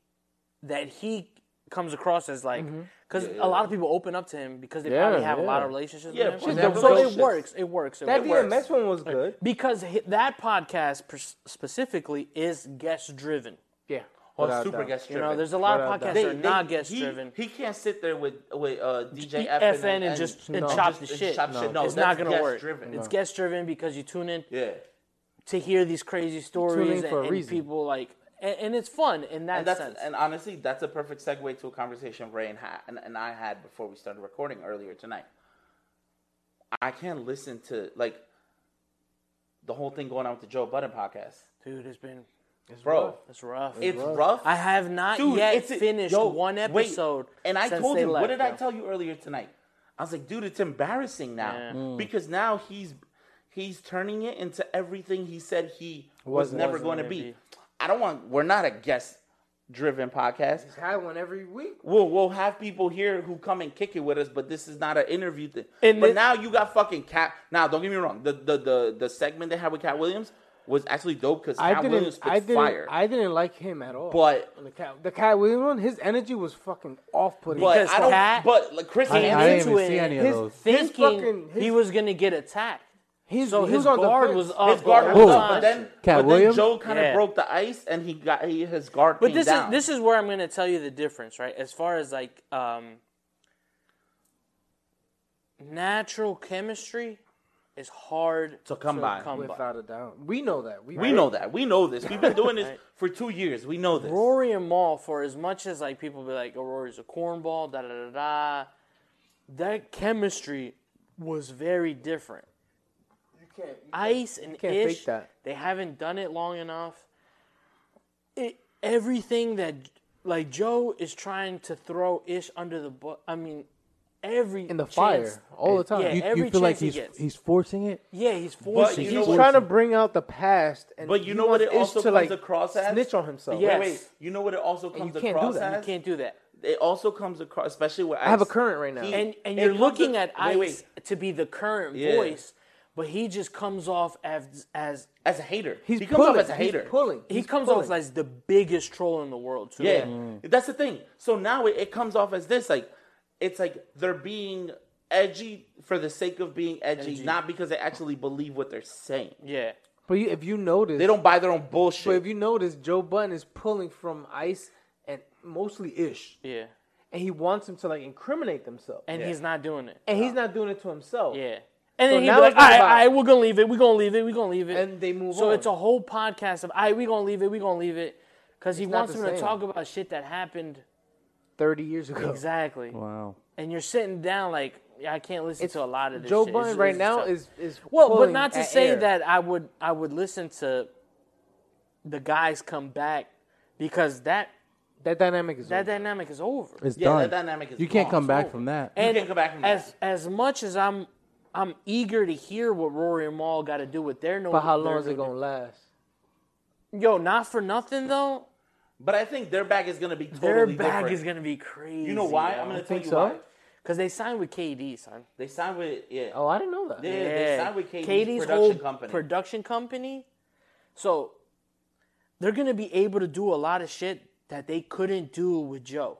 [SPEAKER 2] that he comes across as like
[SPEAKER 1] Mm-hmm.
[SPEAKER 2] because a lot of people open up to him because they probably have a lot of relationships
[SPEAKER 3] Yeah,
[SPEAKER 2] with him.
[SPEAKER 3] of course.
[SPEAKER 2] so it
[SPEAKER 3] Relationships.
[SPEAKER 2] works. It works. It
[SPEAKER 1] That
[SPEAKER 2] works.
[SPEAKER 1] DMX one was good.
[SPEAKER 2] because hi- that podcast pers- specifically is guest driven.
[SPEAKER 1] Yeah.
[SPEAKER 3] well, super guest
[SPEAKER 2] You know,
[SPEAKER 3] driven.
[SPEAKER 2] there's a lot of
[SPEAKER 1] Without a
[SPEAKER 2] podcasts
[SPEAKER 1] doubt.
[SPEAKER 2] that are not guest
[SPEAKER 3] he,
[SPEAKER 2] driven.
[SPEAKER 3] He can't sit there with with uh, DJ
[SPEAKER 2] E-
[SPEAKER 3] FN,
[SPEAKER 2] FN and just- and chop the shit.
[SPEAKER 3] chop
[SPEAKER 2] No.
[SPEAKER 3] No,
[SPEAKER 2] It's
[SPEAKER 3] that's
[SPEAKER 2] not gonna
[SPEAKER 3] guest
[SPEAKER 2] work.
[SPEAKER 3] Driven.
[SPEAKER 2] It's guest driven because you tune in
[SPEAKER 3] yeah,
[SPEAKER 2] to hear these crazy stories
[SPEAKER 1] for a
[SPEAKER 2] and, and
[SPEAKER 1] reason.
[SPEAKER 2] people like, and, and it's fun in that
[SPEAKER 3] and that's
[SPEAKER 2] sense.
[SPEAKER 3] and honestly, that's a perfect segue to a conversation Ray and, ha- and, and I had before we started recording earlier tonight. I can't listen to like the whole thing going on with the Joe Budden podcast,
[SPEAKER 2] Dude, it's been
[SPEAKER 3] bro.
[SPEAKER 2] it's rough.
[SPEAKER 3] It's rough.
[SPEAKER 2] I have not
[SPEAKER 3] Dude,
[SPEAKER 2] yet
[SPEAKER 3] it's a-
[SPEAKER 2] finished
[SPEAKER 3] yo,
[SPEAKER 2] one
[SPEAKER 3] wait.
[SPEAKER 2] episode.
[SPEAKER 3] and I
[SPEAKER 2] since
[SPEAKER 3] told
[SPEAKER 2] they
[SPEAKER 3] him,
[SPEAKER 2] left,
[SPEAKER 3] what did I
[SPEAKER 2] bro.
[SPEAKER 3] tell you earlier tonight? I was like, dude, it's embarrassing now
[SPEAKER 2] Yeah.
[SPEAKER 3] because now he's he's turning it into everything he said he was
[SPEAKER 1] Wasn't-
[SPEAKER 3] never
[SPEAKER 2] wasn't
[SPEAKER 3] going to
[SPEAKER 2] gonna
[SPEAKER 3] be.
[SPEAKER 2] be.
[SPEAKER 3] I don't want. We're not a guest driven podcast.
[SPEAKER 1] He's had one every week.
[SPEAKER 3] We'll we'll have people here who come and kick it with us, but this is not an interview thing.
[SPEAKER 2] And
[SPEAKER 3] but
[SPEAKER 2] this-
[SPEAKER 3] now you got fucking Cat. Now, don't get me wrong. The the the, the segment they had with Cat Williams was actually dope because
[SPEAKER 1] I
[SPEAKER 3] Cat Williams
[SPEAKER 1] didn't.
[SPEAKER 3] spits
[SPEAKER 1] I didn't.
[SPEAKER 3] fire.
[SPEAKER 1] I didn't like him at all.
[SPEAKER 3] But-
[SPEAKER 1] On the cat, the cat Williams one, his energy was fucking off-putting.
[SPEAKER 3] but
[SPEAKER 2] Because
[SPEAKER 3] I don't.
[SPEAKER 2] Cat
[SPEAKER 3] but like Chris
[SPEAKER 4] I, I
[SPEAKER 3] Hansen-
[SPEAKER 4] didn't even
[SPEAKER 2] into
[SPEAKER 4] see
[SPEAKER 2] it.
[SPEAKER 4] any of
[SPEAKER 1] His-
[SPEAKER 4] those.
[SPEAKER 2] thinking
[SPEAKER 1] His fucking- his-
[SPEAKER 2] he was gonna get attacked.
[SPEAKER 1] His-
[SPEAKER 2] so
[SPEAKER 1] he
[SPEAKER 2] his
[SPEAKER 1] was on the
[SPEAKER 2] guard
[SPEAKER 1] fence.
[SPEAKER 2] was up.
[SPEAKER 3] his guard
[SPEAKER 2] all
[SPEAKER 3] was
[SPEAKER 2] the
[SPEAKER 3] up, but
[SPEAKER 2] time.
[SPEAKER 3] then,
[SPEAKER 4] Cat
[SPEAKER 3] but then
[SPEAKER 4] Williams?
[SPEAKER 3] Joe kind of
[SPEAKER 2] Yeah.
[SPEAKER 3] broke the ice and he got he, his guard.
[SPEAKER 2] But
[SPEAKER 3] came
[SPEAKER 2] this
[SPEAKER 3] down.
[SPEAKER 2] is this is where I'm gonna tell you the difference, right? As far as like um, natural chemistry is hard
[SPEAKER 3] To come by.
[SPEAKER 1] without a doubt, we know that. We,
[SPEAKER 3] we know that we know this. We've been doing this for two years. We know this.
[SPEAKER 2] Rory and Maul, for as much as like people be like, "Oh, Rory's a cornball," da da da da, that chemistry was very different. You can't Ice and
[SPEAKER 1] can't
[SPEAKER 2] Ish,
[SPEAKER 1] fake that.
[SPEAKER 2] they haven't done it long enough. It everything that like Joe is trying to throw Ish under the bu- I mean, every
[SPEAKER 1] in the
[SPEAKER 2] chance-
[SPEAKER 1] fire all the time.
[SPEAKER 2] Yeah,
[SPEAKER 4] You,
[SPEAKER 2] every
[SPEAKER 4] you feel like
[SPEAKER 2] chance he
[SPEAKER 4] he's
[SPEAKER 2] gets.
[SPEAKER 4] he's forcing it?
[SPEAKER 2] yeah, he's
[SPEAKER 3] But
[SPEAKER 2] forcing.
[SPEAKER 3] you
[SPEAKER 2] it.
[SPEAKER 3] know
[SPEAKER 1] He's
[SPEAKER 3] what-
[SPEAKER 1] trying to bring out the past, and
[SPEAKER 3] But
[SPEAKER 1] he
[SPEAKER 3] you know what
[SPEAKER 1] wants
[SPEAKER 3] it
[SPEAKER 1] Ish
[SPEAKER 3] also
[SPEAKER 1] to,
[SPEAKER 3] comes
[SPEAKER 1] like,
[SPEAKER 3] across as?
[SPEAKER 1] snitch on himself.
[SPEAKER 2] Yeah.
[SPEAKER 3] Wait, wait.
[SPEAKER 2] Yes.
[SPEAKER 3] You know what it also comes
[SPEAKER 1] you can't do
[SPEAKER 3] across
[SPEAKER 1] that. You
[SPEAKER 3] as?
[SPEAKER 2] Can't do that.
[SPEAKER 3] It also comes across, especially with. Ice.
[SPEAKER 1] I have a current right now.
[SPEAKER 3] He-
[SPEAKER 2] and and
[SPEAKER 3] it
[SPEAKER 2] you're
[SPEAKER 3] comes
[SPEAKER 2] looking
[SPEAKER 3] ac-
[SPEAKER 2] at Ice
[SPEAKER 3] wait, wait.
[SPEAKER 2] to be the current
[SPEAKER 3] Yeah.
[SPEAKER 2] voice, but he just comes off as as
[SPEAKER 3] as a hater.
[SPEAKER 1] he's
[SPEAKER 3] he comes
[SPEAKER 1] pulling,
[SPEAKER 3] off as a hater.
[SPEAKER 1] He's pulling.
[SPEAKER 2] he
[SPEAKER 1] He's
[SPEAKER 2] comes
[SPEAKER 1] pulling.
[SPEAKER 2] off as the biggest troll in the world too.
[SPEAKER 3] Yeah, that's the thing. So now it, it comes off as this like, it's like they're being edgy for the sake of being edgy, not because they actually believe what they're saying.
[SPEAKER 2] yeah.
[SPEAKER 1] But you- if you notice,
[SPEAKER 3] They don't buy their own
[SPEAKER 1] But if
[SPEAKER 3] bullshit.
[SPEAKER 1] you notice, Joe Button is pulling from Ice and mostly Ish,
[SPEAKER 2] yeah.
[SPEAKER 1] and he wants him to like incriminate themselves, and,
[SPEAKER 2] And he's not doing it.
[SPEAKER 1] he's not doing it to himself.
[SPEAKER 2] Yeah.
[SPEAKER 1] So
[SPEAKER 2] And then he's
[SPEAKER 1] now
[SPEAKER 2] like,
[SPEAKER 1] it's
[SPEAKER 2] all
[SPEAKER 1] not
[SPEAKER 2] right, all
[SPEAKER 1] about-
[SPEAKER 2] right, we're gonna leave it. We're gonna leave it. We're gonna leave it.
[SPEAKER 1] And they move
[SPEAKER 2] so
[SPEAKER 1] on.
[SPEAKER 2] it's a whole podcast of, all right, we're gonna leave it. We're gonna leave it, because he
[SPEAKER 1] not
[SPEAKER 2] wants
[SPEAKER 1] the
[SPEAKER 2] him to
[SPEAKER 1] same.
[SPEAKER 2] talk about shit that happened.
[SPEAKER 1] thirty years ago.
[SPEAKER 2] Exactly.
[SPEAKER 4] Wow.
[SPEAKER 2] And you're sitting down like, yeah, I can't listen to a lot of this.
[SPEAKER 1] Joe
[SPEAKER 2] shit. It's-
[SPEAKER 1] Button right
[SPEAKER 2] it's
[SPEAKER 1] now
[SPEAKER 2] tough.
[SPEAKER 1] is is
[SPEAKER 2] Well, but
[SPEAKER 1] pulling
[SPEAKER 2] not to
[SPEAKER 1] at
[SPEAKER 2] say
[SPEAKER 1] air.
[SPEAKER 2] that I would I would listen to the guys come back because that
[SPEAKER 1] that dynamic is
[SPEAKER 2] that
[SPEAKER 1] over.
[SPEAKER 2] dynamic is over.
[SPEAKER 4] It's
[SPEAKER 3] Yeah,
[SPEAKER 4] done.
[SPEAKER 3] that dynamic is
[SPEAKER 4] you can't
[SPEAKER 3] gone.
[SPEAKER 4] come
[SPEAKER 3] It's
[SPEAKER 4] back
[SPEAKER 3] over.
[SPEAKER 4] from that.
[SPEAKER 2] and
[SPEAKER 3] can't go back from
[SPEAKER 2] as as much as I'm I'm eager to hear what Rory and Maul got to do with their no.
[SPEAKER 1] But how long
[SPEAKER 2] their
[SPEAKER 1] is it
[SPEAKER 2] no-
[SPEAKER 1] gonna last?
[SPEAKER 2] Yo, not for nothing though.
[SPEAKER 3] But I think their bag is gonna be totally
[SPEAKER 2] Their bag
[SPEAKER 3] different.
[SPEAKER 2] is gonna be crazy.
[SPEAKER 3] You know why? I'm gonna tell you
[SPEAKER 1] think so?
[SPEAKER 3] why.
[SPEAKER 2] because they signed with KD, son.
[SPEAKER 3] They signed with yeah.
[SPEAKER 1] Oh, I didn't know that.
[SPEAKER 3] Yeah, they signed with KD's, production
[SPEAKER 2] Eh, whole
[SPEAKER 3] company.
[SPEAKER 2] production company. So they're gonna be able to do a lot of shit that they couldn't do with Joe,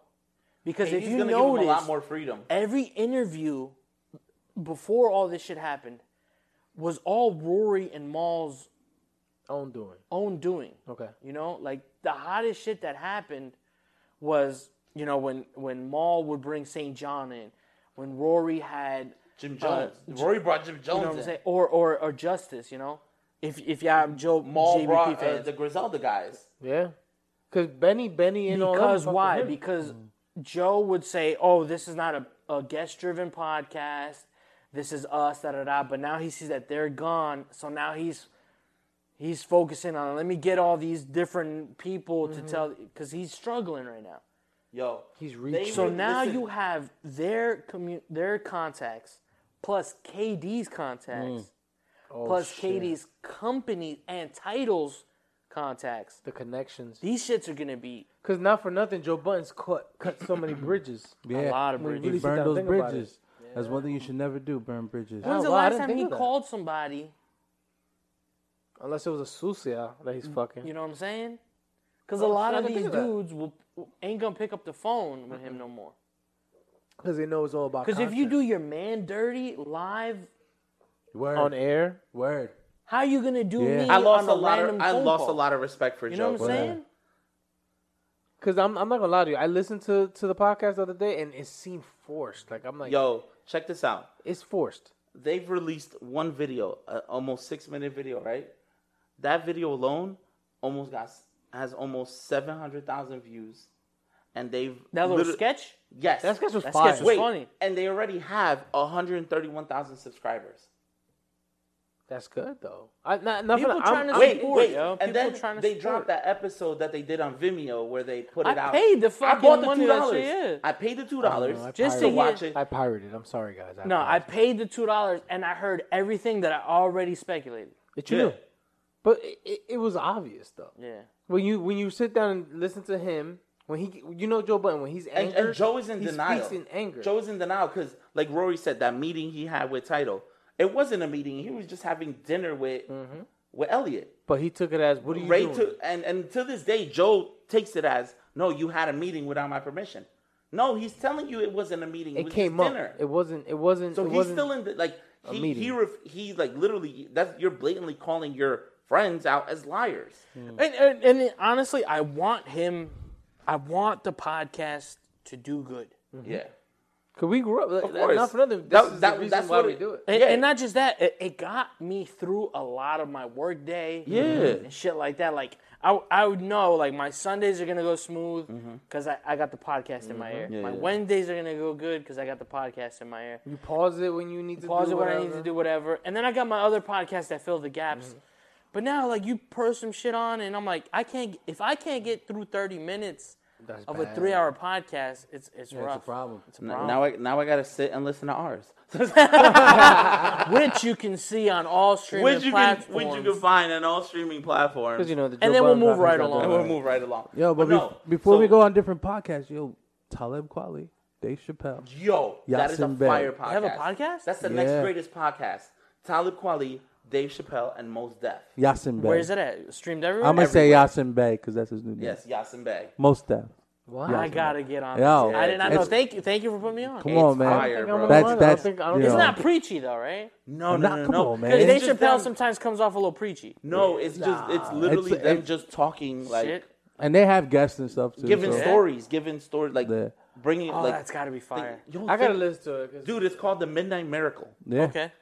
[SPEAKER 2] because
[SPEAKER 3] He's
[SPEAKER 2] if you
[SPEAKER 3] gonna give them a lot
[SPEAKER 2] notice, Uh,
[SPEAKER 3] more freedom.
[SPEAKER 2] every interview before all this shit happened was all Rory and Maul's
[SPEAKER 1] Own doing.
[SPEAKER 2] own doing.
[SPEAKER 1] Okay.
[SPEAKER 2] You know, like the hottest shit that happened was you know when when Maul would bring St. John in, when Rory had
[SPEAKER 3] Jim Jones. Rory brought Jim Jones
[SPEAKER 2] you know what I'm
[SPEAKER 3] in.
[SPEAKER 2] saying? Or or or justice, you know? If if y'all are Joe
[SPEAKER 3] Maul
[SPEAKER 2] JVP
[SPEAKER 3] brought uh,
[SPEAKER 2] fans.
[SPEAKER 3] the Griselda guys.
[SPEAKER 1] Yeah, because Benny, Benny, and all them
[SPEAKER 2] because
[SPEAKER 1] fuck with
[SPEAKER 2] why?
[SPEAKER 1] him.
[SPEAKER 3] Mm.
[SPEAKER 2] Because Joe would say, Oh, this is not a, a guest driven podcast. This is us, da da da. But now he sees that they're gone, so now he's he's focusing on let me get all these different people
[SPEAKER 3] Mm-hmm.
[SPEAKER 2] to tell because he's struggling right now.
[SPEAKER 3] Yo,
[SPEAKER 1] He's reaching.
[SPEAKER 2] So now
[SPEAKER 3] listen,
[SPEAKER 2] you have their commu- their contacts plus KD's contacts,
[SPEAKER 3] Mm.
[SPEAKER 1] Oh,
[SPEAKER 2] plus KD's company and titles contacts.
[SPEAKER 1] The connections.
[SPEAKER 2] These shits are gonna be
[SPEAKER 1] Because not for nothing, Joe Button's cut cut so many bridges.
[SPEAKER 4] Yeah.
[SPEAKER 2] a lot of
[SPEAKER 1] When you
[SPEAKER 2] bridges.
[SPEAKER 4] He
[SPEAKER 1] really sit
[SPEAKER 4] burned
[SPEAKER 1] down and
[SPEAKER 4] those
[SPEAKER 1] think about it.
[SPEAKER 4] bridges. That's one thing you should never do: burn bridges.
[SPEAKER 1] Yeah.
[SPEAKER 2] When's the
[SPEAKER 1] well, I
[SPEAKER 2] last
[SPEAKER 1] didn't
[SPEAKER 2] time
[SPEAKER 1] think
[SPEAKER 2] he
[SPEAKER 1] of that.
[SPEAKER 2] called somebody?
[SPEAKER 1] Unless it was a sucia that he's fucking.
[SPEAKER 2] You know what I'm saying? Because a lot
[SPEAKER 1] Oh, I
[SPEAKER 2] of
[SPEAKER 1] didn't
[SPEAKER 2] these
[SPEAKER 1] think of that.
[SPEAKER 2] dudes will ain't gonna pick up the phone with him no more.
[SPEAKER 1] Because he knows all about
[SPEAKER 2] Because if you
[SPEAKER 1] content.
[SPEAKER 2] do your man dirty live,
[SPEAKER 4] Word.
[SPEAKER 1] on air,
[SPEAKER 4] Word.
[SPEAKER 2] how you gonna do
[SPEAKER 4] Yeah.
[SPEAKER 2] me
[SPEAKER 4] I
[SPEAKER 3] I lost
[SPEAKER 2] on
[SPEAKER 3] a
[SPEAKER 2] a,
[SPEAKER 3] lot
[SPEAKER 2] random
[SPEAKER 3] of I
[SPEAKER 2] phone
[SPEAKER 3] lost
[SPEAKER 2] call?
[SPEAKER 3] a lot of respect for
[SPEAKER 2] You know
[SPEAKER 3] Joe.
[SPEAKER 2] what I'm saying?
[SPEAKER 1] because I'm, I'm not gonna lie to you. I listened to, to the podcast the other day and it seemed forced. Like I'm like,
[SPEAKER 3] Yo, check this out.
[SPEAKER 1] it's forced.
[SPEAKER 3] They've released one video, a almost six minute video, right? That video alone almost got has almost seven hundred thousand views, and they've
[SPEAKER 2] That little
[SPEAKER 3] liter-
[SPEAKER 2] sketch.
[SPEAKER 3] Yes,
[SPEAKER 1] That sketch was
[SPEAKER 2] That
[SPEAKER 1] fire.
[SPEAKER 2] sketch was
[SPEAKER 3] Wait,
[SPEAKER 2] funny.
[SPEAKER 3] and they already have hundred and thirty one thousand subscribers.
[SPEAKER 1] That's good though. I not nothing.
[SPEAKER 2] People
[SPEAKER 1] I'm,
[SPEAKER 2] trying to
[SPEAKER 1] I'm-
[SPEAKER 3] Wait,
[SPEAKER 2] Support,
[SPEAKER 3] wait,
[SPEAKER 2] yo. People
[SPEAKER 3] and then
[SPEAKER 2] trying to
[SPEAKER 3] they
[SPEAKER 2] support.
[SPEAKER 3] dropped that episode that they did on Vimeo where they put
[SPEAKER 2] I
[SPEAKER 3] it out.
[SPEAKER 2] paid the
[SPEAKER 3] I
[SPEAKER 2] fucking
[SPEAKER 3] bought the
[SPEAKER 2] money
[SPEAKER 3] two
[SPEAKER 2] that shit,
[SPEAKER 3] dollars.
[SPEAKER 2] yeah.
[SPEAKER 3] I paid the two dollars
[SPEAKER 5] I
[SPEAKER 3] just to
[SPEAKER 5] pirated-
[SPEAKER 3] watch it.
[SPEAKER 5] I pirated. I'm sorry, guys. I
[SPEAKER 2] No, I
[SPEAKER 5] pirated.
[SPEAKER 2] paid the two dollars and I heard everything that I already speculated.
[SPEAKER 1] that you
[SPEAKER 3] Yeah.
[SPEAKER 1] knew. But it, it, it was obvious though.
[SPEAKER 2] Yeah.
[SPEAKER 1] When you when you sit down and listen to him, when he you know Joe Button when he's
[SPEAKER 3] And,
[SPEAKER 1] angry,
[SPEAKER 3] and Joe is in
[SPEAKER 1] he
[SPEAKER 3] denial.
[SPEAKER 1] Speaks in anger.
[SPEAKER 3] Joe is in denial because, like Rory said, that meeting he had with Title, it wasn't a meeting. He was just having dinner with with Elliot.
[SPEAKER 1] but he took it as Mm-hmm. what are you
[SPEAKER 3] Ray
[SPEAKER 1] doing?
[SPEAKER 3] to and and to this day, Joe takes it as no, you had a meeting without my permission. No, he's telling you it wasn't a meeting. It,
[SPEAKER 1] it
[SPEAKER 3] was
[SPEAKER 1] came
[SPEAKER 3] just
[SPEAKER 1] up.
[SPEAKER 3] dinner.
[SPEAKER 1] It wasn't. It wasn't.
[SPEAKER 3] So
[SPEAKER 1] it
[SPEAKER 3] he's
[SPEAKER 1] wasn't,
[SPEAKER 3] still in the like he he
[SPEAKER 1] meeting.
[SPEAKER 3] ref, he like literally that's you're blatantly calling your friends out as liars.
[SPEAKER 2] And, and and honestly, I want him. I want the podcast to do good.
[SPEAKER 1] Mm-hmm.
[SPEAKER 3] Yeah.
[SPEAKER 1] Cause we grew up. Like,
[SPEAKER 3] course.
[SPEAKER 1] Not for nothing. This
[SPEAKER 3] That-
[SPEAKER 1] is
[SPEAKER 3] that-
[SPEAKER 1] the reason
[SPEAKER 3] that's
[SPEAKER 1] why
[SPEAKER 3] what
[SPEAKER 1] we
[SPEAKER 3] it-
[SPEAKER 1] do it.
[SPEAKER 2] And,
[SPEAKER 3] Yeah.
[SPEAKER 2] and not just that, it, it got me through a lot of my work day.
[SPEAKER 3] Yeah.
[SPEAKER 2] And shit like that. Like, I, I would know, like, my Sundays are going to go smooth because I, I got the podcast in my ear. my
[SPEAKER 3] Mm-hmm. yeah.
[SPEAKER 2] Wednesdays are going to go good because I got the podcast in my ear.
[SPEAKER 1] You pause it when you need to.
[SPEAKER 2] Pause
[SPEAKER 1] do
[SPEAKER 2] it when I need
[SPEAKER 1] whatever.
[SPEAKER 2] to do whatever. And then I got my other podcasts that fill the gaps.
[SPEAKER 3] Mm-hmm.
[SPEAKER 2] But now, like, you pour some shit on, and I'm like, I can't, if I can't get through 30 minutes of a three hour podcast, it's, it's
[SPEAKER 4] That's
[SPEAKER 2] rough.
[SPEAKER 4] a problem.
[SPEAKER 3] Now I now I gotta sit and listen to ours.
[SPEAKER 2] Which you can see on all streaming
[SPEAKER 3] Which you can
[SPEAKER 2] platforms.
[SPEAKER 3] which you can find on all streaming platforms.
[SPEAKER 1] 'Cause, you know, the
[SPEAKER 2] And
[SPEAKER 1] Joe
[SPEAKER 2] then we'll
[SPEAKER 1] Budden
[SPEAKER 2] move
[SPEAKER 1] podcast
[SPEAKER 2] right
[SPEAKER 1] out there.
[SPEAKER 2] along.
[SPEAKER 3] and we'll move right along. Oh,
[SPEAKER 4] Yo, but,
[SPEAKER 3] no,
[SPEAKER 4] be- before
[SPEAKER 3] so-
[SPEAKER 4] we go on different podcasts, yo, Talib Kweli, Dave Chappelle.
[SPEAKER 3] yo, that is a
[SPEAKER 4] Yasin Bey.
[SPEAKER 3] fire
[SPEAKER 4] They
[SPEAKER 3] podcast.
[SPEAKER 2] have a podcast?
[SPEAKER 3] That's the next
[SPEAKER 4] Yeah.
[SPEAKER 3] greatest podcast. Talib Kweli, Dave Chappelle, and Most Def.
[SPEAKER 4] Yasin Bey.
[SPEAKER 2] Where is it at? Streamed everywhere?
[SPEAKER 4] I'm gonna say Yasin Bey because that's his new name.
[SPEAKER 3] Yes, Yasin Bey.
[SPEAKER 4] Most deaf.
[SPEAKER 2] I gotta get on.
[SPEAKER 4] Yo,
[SPEAKER 2] this. I did not know.
[SPEAKER 4] it's-
[SPEAKER 2] Thank you, thank you for putting me on.
[SPEAKER 4] Come on, man.
[SPEAKER 3] fire,
[SPEAKER 1] I
[SPEAKER 3] bro.
[SPEAKER 1] don't
[SPEAKER 4] That's
[SPEAKER 1] mind. I
[SPEAKER 4] that's.
[SPEAKER 1] think- I don't
[SPEAKER 4] you
[SPEAKER 1] think-
[SPEAKER 2] It's
[SPEAKER 4] know,
[SPEAKER 2] not preachy though, right?
[SPEAKER 3] No, no,
[SPEAKER 4] Nah,
[SPEAKER 3] no,
[SPEAKER 4] come
[SPEAKER 3] no.
[SPEAKER 4] on, man.
[SPEAKER 3] It's
[SPEAKER 2] Because Dave
[SPEAKER 3] just
[SPEAKER 2] Chappelle
[SPEAKER 3] them-
[SPEAKER 2] sometimes comes off a little preachy.
[SPEAKER 3] No, it's just it's literally
[SPEAKER 4] It's-
[SPEAKER 3] them
[SPEAKER 4] it's-
[SPEAKER 3] just talking like
[SPEAKER 2] Shit.
[SPEAKER 4] and they have guests and stuff too.
[SPEAKER 3] giving
[SPEAKER 4] so-
[SPEAKER 3] stories, giving stories like
[SPEAKER 4] Yeah.
[SPEAKER 3] bringing
[SPEAKER 2] Oh,
[SPEAKER 3] like
[SPEAKER 2] that's gotta be fire.
[SPEAKER 3] Yo,
[SPEAKER 1] I gotta
[SPEAKER 3] think-
[SPEAKER 1] listen to it. 'cause-
[SPEAKER 3] dude. It's called the Midnight Miracle,
[SPEAKER 4] Yeah.
[SPEAKER 2] Okay.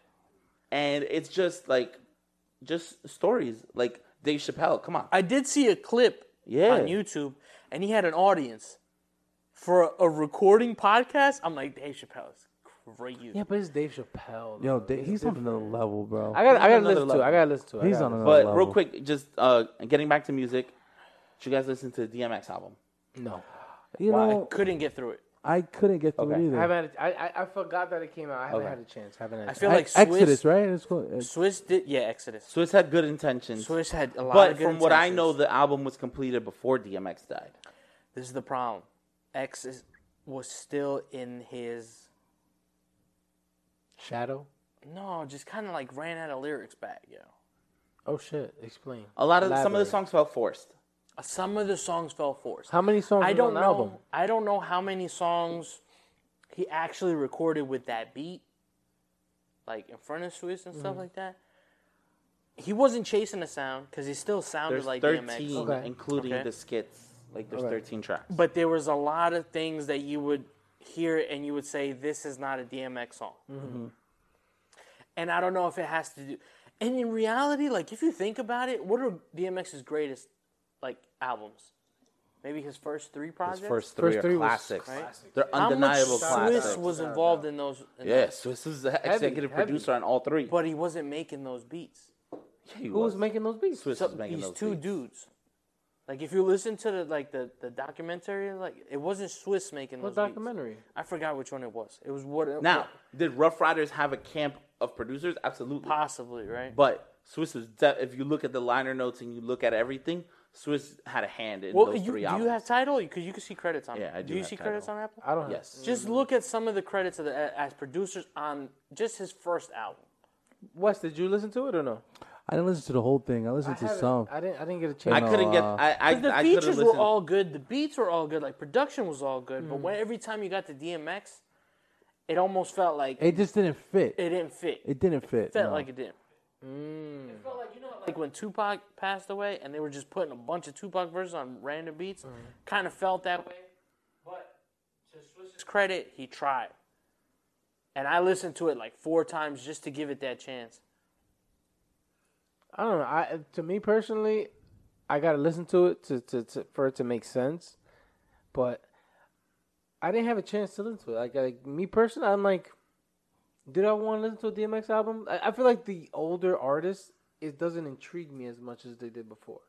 [SPEAKER 3] and it's just like just stories like Dave Chappelle. Come on,
[SPEAKER 2] I did see a clip
[SPEAKER 3] Yeah.
[SPEAKER 2] on YouTube, and he had an audience for a, a recording podcast. I'm like, Dave Chappelle is crazy.
[SPEAKER 1] Yeah, but it's Dave Chappelle.
[SPEAKER 4] Yo,
[SPEAKER 1] though.
[SPEAKER 4] Da- he's on another level, bro.
[SPEAKER 1] I gotta. I gotta
[SPEAKER 3] another
[SPEAKER 1] listen to it.
[SPEAKER 3] level.
[SPEAKER 1] I gotta listen to it. I
[SPEAKER 4] he's
[SPEAKER 1] gotta
[SPEAKER 4] on another
[SPEAKER 3] but
[SPEAKER 4] level.
[SPEAKER 3] real quick, just uh, getting back to music. Did you guys listen to the DMX album?
[SPEAKER 1] listen. No.
[SPEAKER 4] you know,
[SPEAKER 2] Couldn't get through it.
[SPEAKER 4] I couldn't get through it
[SPEAKER 3] Okay.
[SPEAKER 4] either.
[SPEAKER 1] I haven't. Had a, I, I I forgot that it came out. I haven't
[SPEAKER 3] Okay.
[SPEAKER 1] had a chance. I haven't had.
[SPEAKER 2] I
[SPEAKER 1] a
[SPEAKER 2] feel
[SPEAKER 3] E-
[SPEAKER 1] chance.
[SPEAKER 4] Ex-
[SPEAKER 2] like Swiss,
[SPEAKER 4] Exodus, right? It's called, it's-
[SPEAKER 2] Swiss did, yeah, Exodus.
[SPEAKER 3] Swiss had good intentions,
[SPEAKER 2] Swiss had a lot
[SPEAKER 3] but
[SPEAKER 2] of good
[SPEAKER 3] from what I
[SPEAKER 2] intentions.
[SPEAKER 3] know, the album was completed before DMX died.
[SPEAKER 2] This is the problem. X is, was still in his
[SPEAKER 1] Shadow.
[SPEAKER 2] no, just kind of like ran out of lyrics back, yo.
[SPEAKER 1] Oh shit! Explain.
[SPEAKER 3] A lot of some of the
[SPEAKER 1] Elaborate.
[SPEAKER 3] songs felt forced.
[SPEAKER 2] Some of the songs fell forced.
[SPEAKER 1] How many songs?
[SPEAKER 2] I
[SPEAKER 1] was
[SPEAKER 2] don't
[SPEAKER 1] on the
[SPEAKER 2] know.
[SPEAKER 1] Album?
[SPEAKER 2] I don't know how many songs he actually recorded with that beat, like in front of Swiss and
[SPEAKER 3] Mm-hmm.
[SPEAKER 2] stuff like that. He wasn't chasing a sound because he still sounded
[SPEAKER 3] There's
[SPEAKER 2] like
[SPEAKER 3] thirteen,
[SPEAKER 2] DMX.
[SPEAKER 1] Okay.
[SPEAKER 3] including
[SPEAKER 2] Okay.
[SPEAKER 3] the skits. Like there's thirteen tracks.
[SPEAKER 2] But there was a lot of things that you would hear and you would say, "This is not a DMX song."
[SPEAKER 3] Mm-hmm.
[SPEAKER 2] And I don't know if it has to do. And in reality, like if you think about it, what are DMX's greatest like albums? Maybe his first three projects.
[SPEAKER 3] His first three
[SPEAKER 1] First
[SPEAKER 3] are
[SPEAKER 1] three was
[SPEAKER 3] classics.
[SPEAKER 2] classics.
[SPEAKER 3] They're
[SPEAKER 2] How much
[SPEAKER 3] undeniable classics.
[SPEAKER 2] Swiss was involved in those. in
[SPEAKER 3] Yeah,
[SPEAKER 2] those,
[SPEAKER 3] Swiss was the executive
[SPEAKER 1] heavy.
[SPEAKER 3] producer on all three.
[SPEAKER 2] but he wasn't making those beats.
[SPEAKER 3] yeah, he
[SPEAKER 1] Who was making those beats?
[SPEAKER 3] Swiss
[SPEAKER 2] So
[SPEAKER 3] was making
[SPEAKER 2] these
[SPEAKER 3] those
[SPEAKER 2] two
[SPEAKER 3] beats.
[SPEAKER 2] dudes. Like if you listen to the like the, the documentary, like it wasn't Swiss making
[SPEAKER 1] What
[SPEAKER 2] those beats.
[SPEAKER 1] documentary?
[SPEAKER 2] I forgot which one it was. It was what
[SPEAKER 3] Now, did Rough Riders have a camp of producers? Absolutely.
[SPEAKER 2] possibly right.
[SPEAKER 3] But Swiss is de- if you look at the liner notes and you look at everything, Swiss had a hand in
[SPEAKER 2] well,
[SPEAKER 3] those
[SPEAKER 2] you, do
[SPEAKER 3] three
[SPEAKER 2] you
[SPEAKER 3] albums.
[SPEAKER 2] have title? Because you can see credits on.
[SPEAKER 3] Yeah,
[SPEAKER 2] it.
[SPEAKER 3] I do
[SPEAKER 2] you
[SPEAKER 3] have
[SPEAKER 2] see credits on
[SPEAKER 3] title.
[SPEAKER 2] Apple?
[SPEAKER 1] I don't.
[SPEAKER 3] yes.
[SPEAKER 2] Just look at some of the credits of the, as producers on just his first album.
[SPEAKER 1] Wes, did you listen to it or no?
[SPEAKER 4] I didn't listen to the whole thing. I listened to
[SPEAKER 1] haven't-
[SPEAKER 4] some.
[SPEAKER 1] I didn't. I didn't get a
[SPEAKER 3] I
[SPEAKER 1] chance.
[SPEAKER 3] couldn't get.
[SPEAKER 4] uh,
[SPEAKER 3] I I,
[SPEAKER 2] Because the
[SPEAKER 3] I couldn't
[SPEAKER 2] features
[SPEAKER 3] listen.
[SPEAKER 2] were all good, the beats were all good, like production was all good. But when, every time you got to DMX, it almost felt like it,
[SPEAKER 4] It just didn't fit. It,
[SPEAKER 2] didn't fit. It
[SPEAKER 4] didn't fit.
[SPEAKER 2] felt
[SPEAKER 4] no.
[SPEAKER 2] like it didn't. It felt like you know, like when Tupac passed away, and they were just putting a bunch of Tupac verses on random beats. Kind of felt that way. But to Swiss's credit, he tried. And I listened to it like four times just to give it that chance.
[SPEAKER 1] I don't know. I to me personally, I gotta listen to it to, to, to for it to make sense. But I didn't have a chance to listen to it. Like, like me personally, I'm like, did I want to listen to a DMX album? I, I feel like the older artists, it doesn't intrigue me as much as they did before.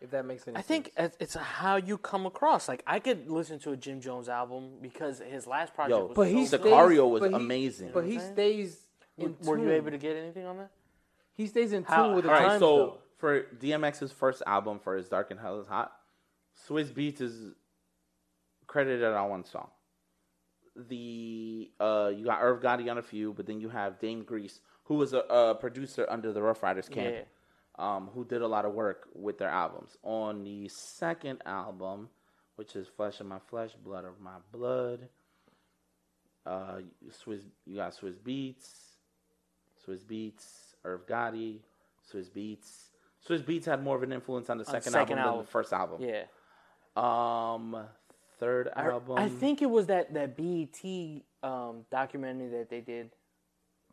[SPEAKER 1] If that makes any
[SPEAKER 2] I
[SPEAKER 1] sense.
[SPEAKER 2] think it's it's how you come across. Like I could listen to a Jim Jones album because his last project
[SPEAKER 3] Yo,
[SPEAKER 2] was
[SPEAKER 3] but
[SPEAKER 2] so
[SPEAKER 3] he's
[SPEAKER 2] good.
[SPEAKER 3] the Sicario was amazing.
[SPEAKER 1] But he stays in
[SPEAKER 2] Were
[SPEAKER 1] tune.
[SPEAKER 2] you able to get anything on that?
[SPEAKER 1] He stays in tune
[SPEAKER 2] How-
[SPEAKER 1] with the
[SPEAKER 3] all right,
[SPEAKER 1] times.
[SPEAKER 3] so
[SPEAKER 1] though.
[SPEAKER 3] for DMX's first album, for his Dark and Hell is Hot, Swiss Beats is credited on one song. The uh, you got Irv Gotti on a few, but then you have Dame Grease, who was a, a producer under the Rough Riders camp,
[SPEAKER 2] Yeah.
[SPEAKER 3] um, who did a lot of work with their albums. On the second album, which is Flesh of My Flesh, Blood of My Blood, uh, Swiss, you got Swiss Beats, Swiss Beats, Irv Gotti, Swiss Beats. Swiss Beats had more of an influence on the
[SPEAKER 2] the
[SPEAKER 3] second,
[SPEAKER 2] second
[SPEAKER 3] album,
[SPEAKER 2] album.
[SPEAKER 3] than the first album.
[SPEAKER 2] Yeah.
[SPEAKER 3] Um, third
[SPEAKER 2] I-
[SPEAKER 3] album.
[SPEAKER 2] I think it was that that BET um, documentary that they did,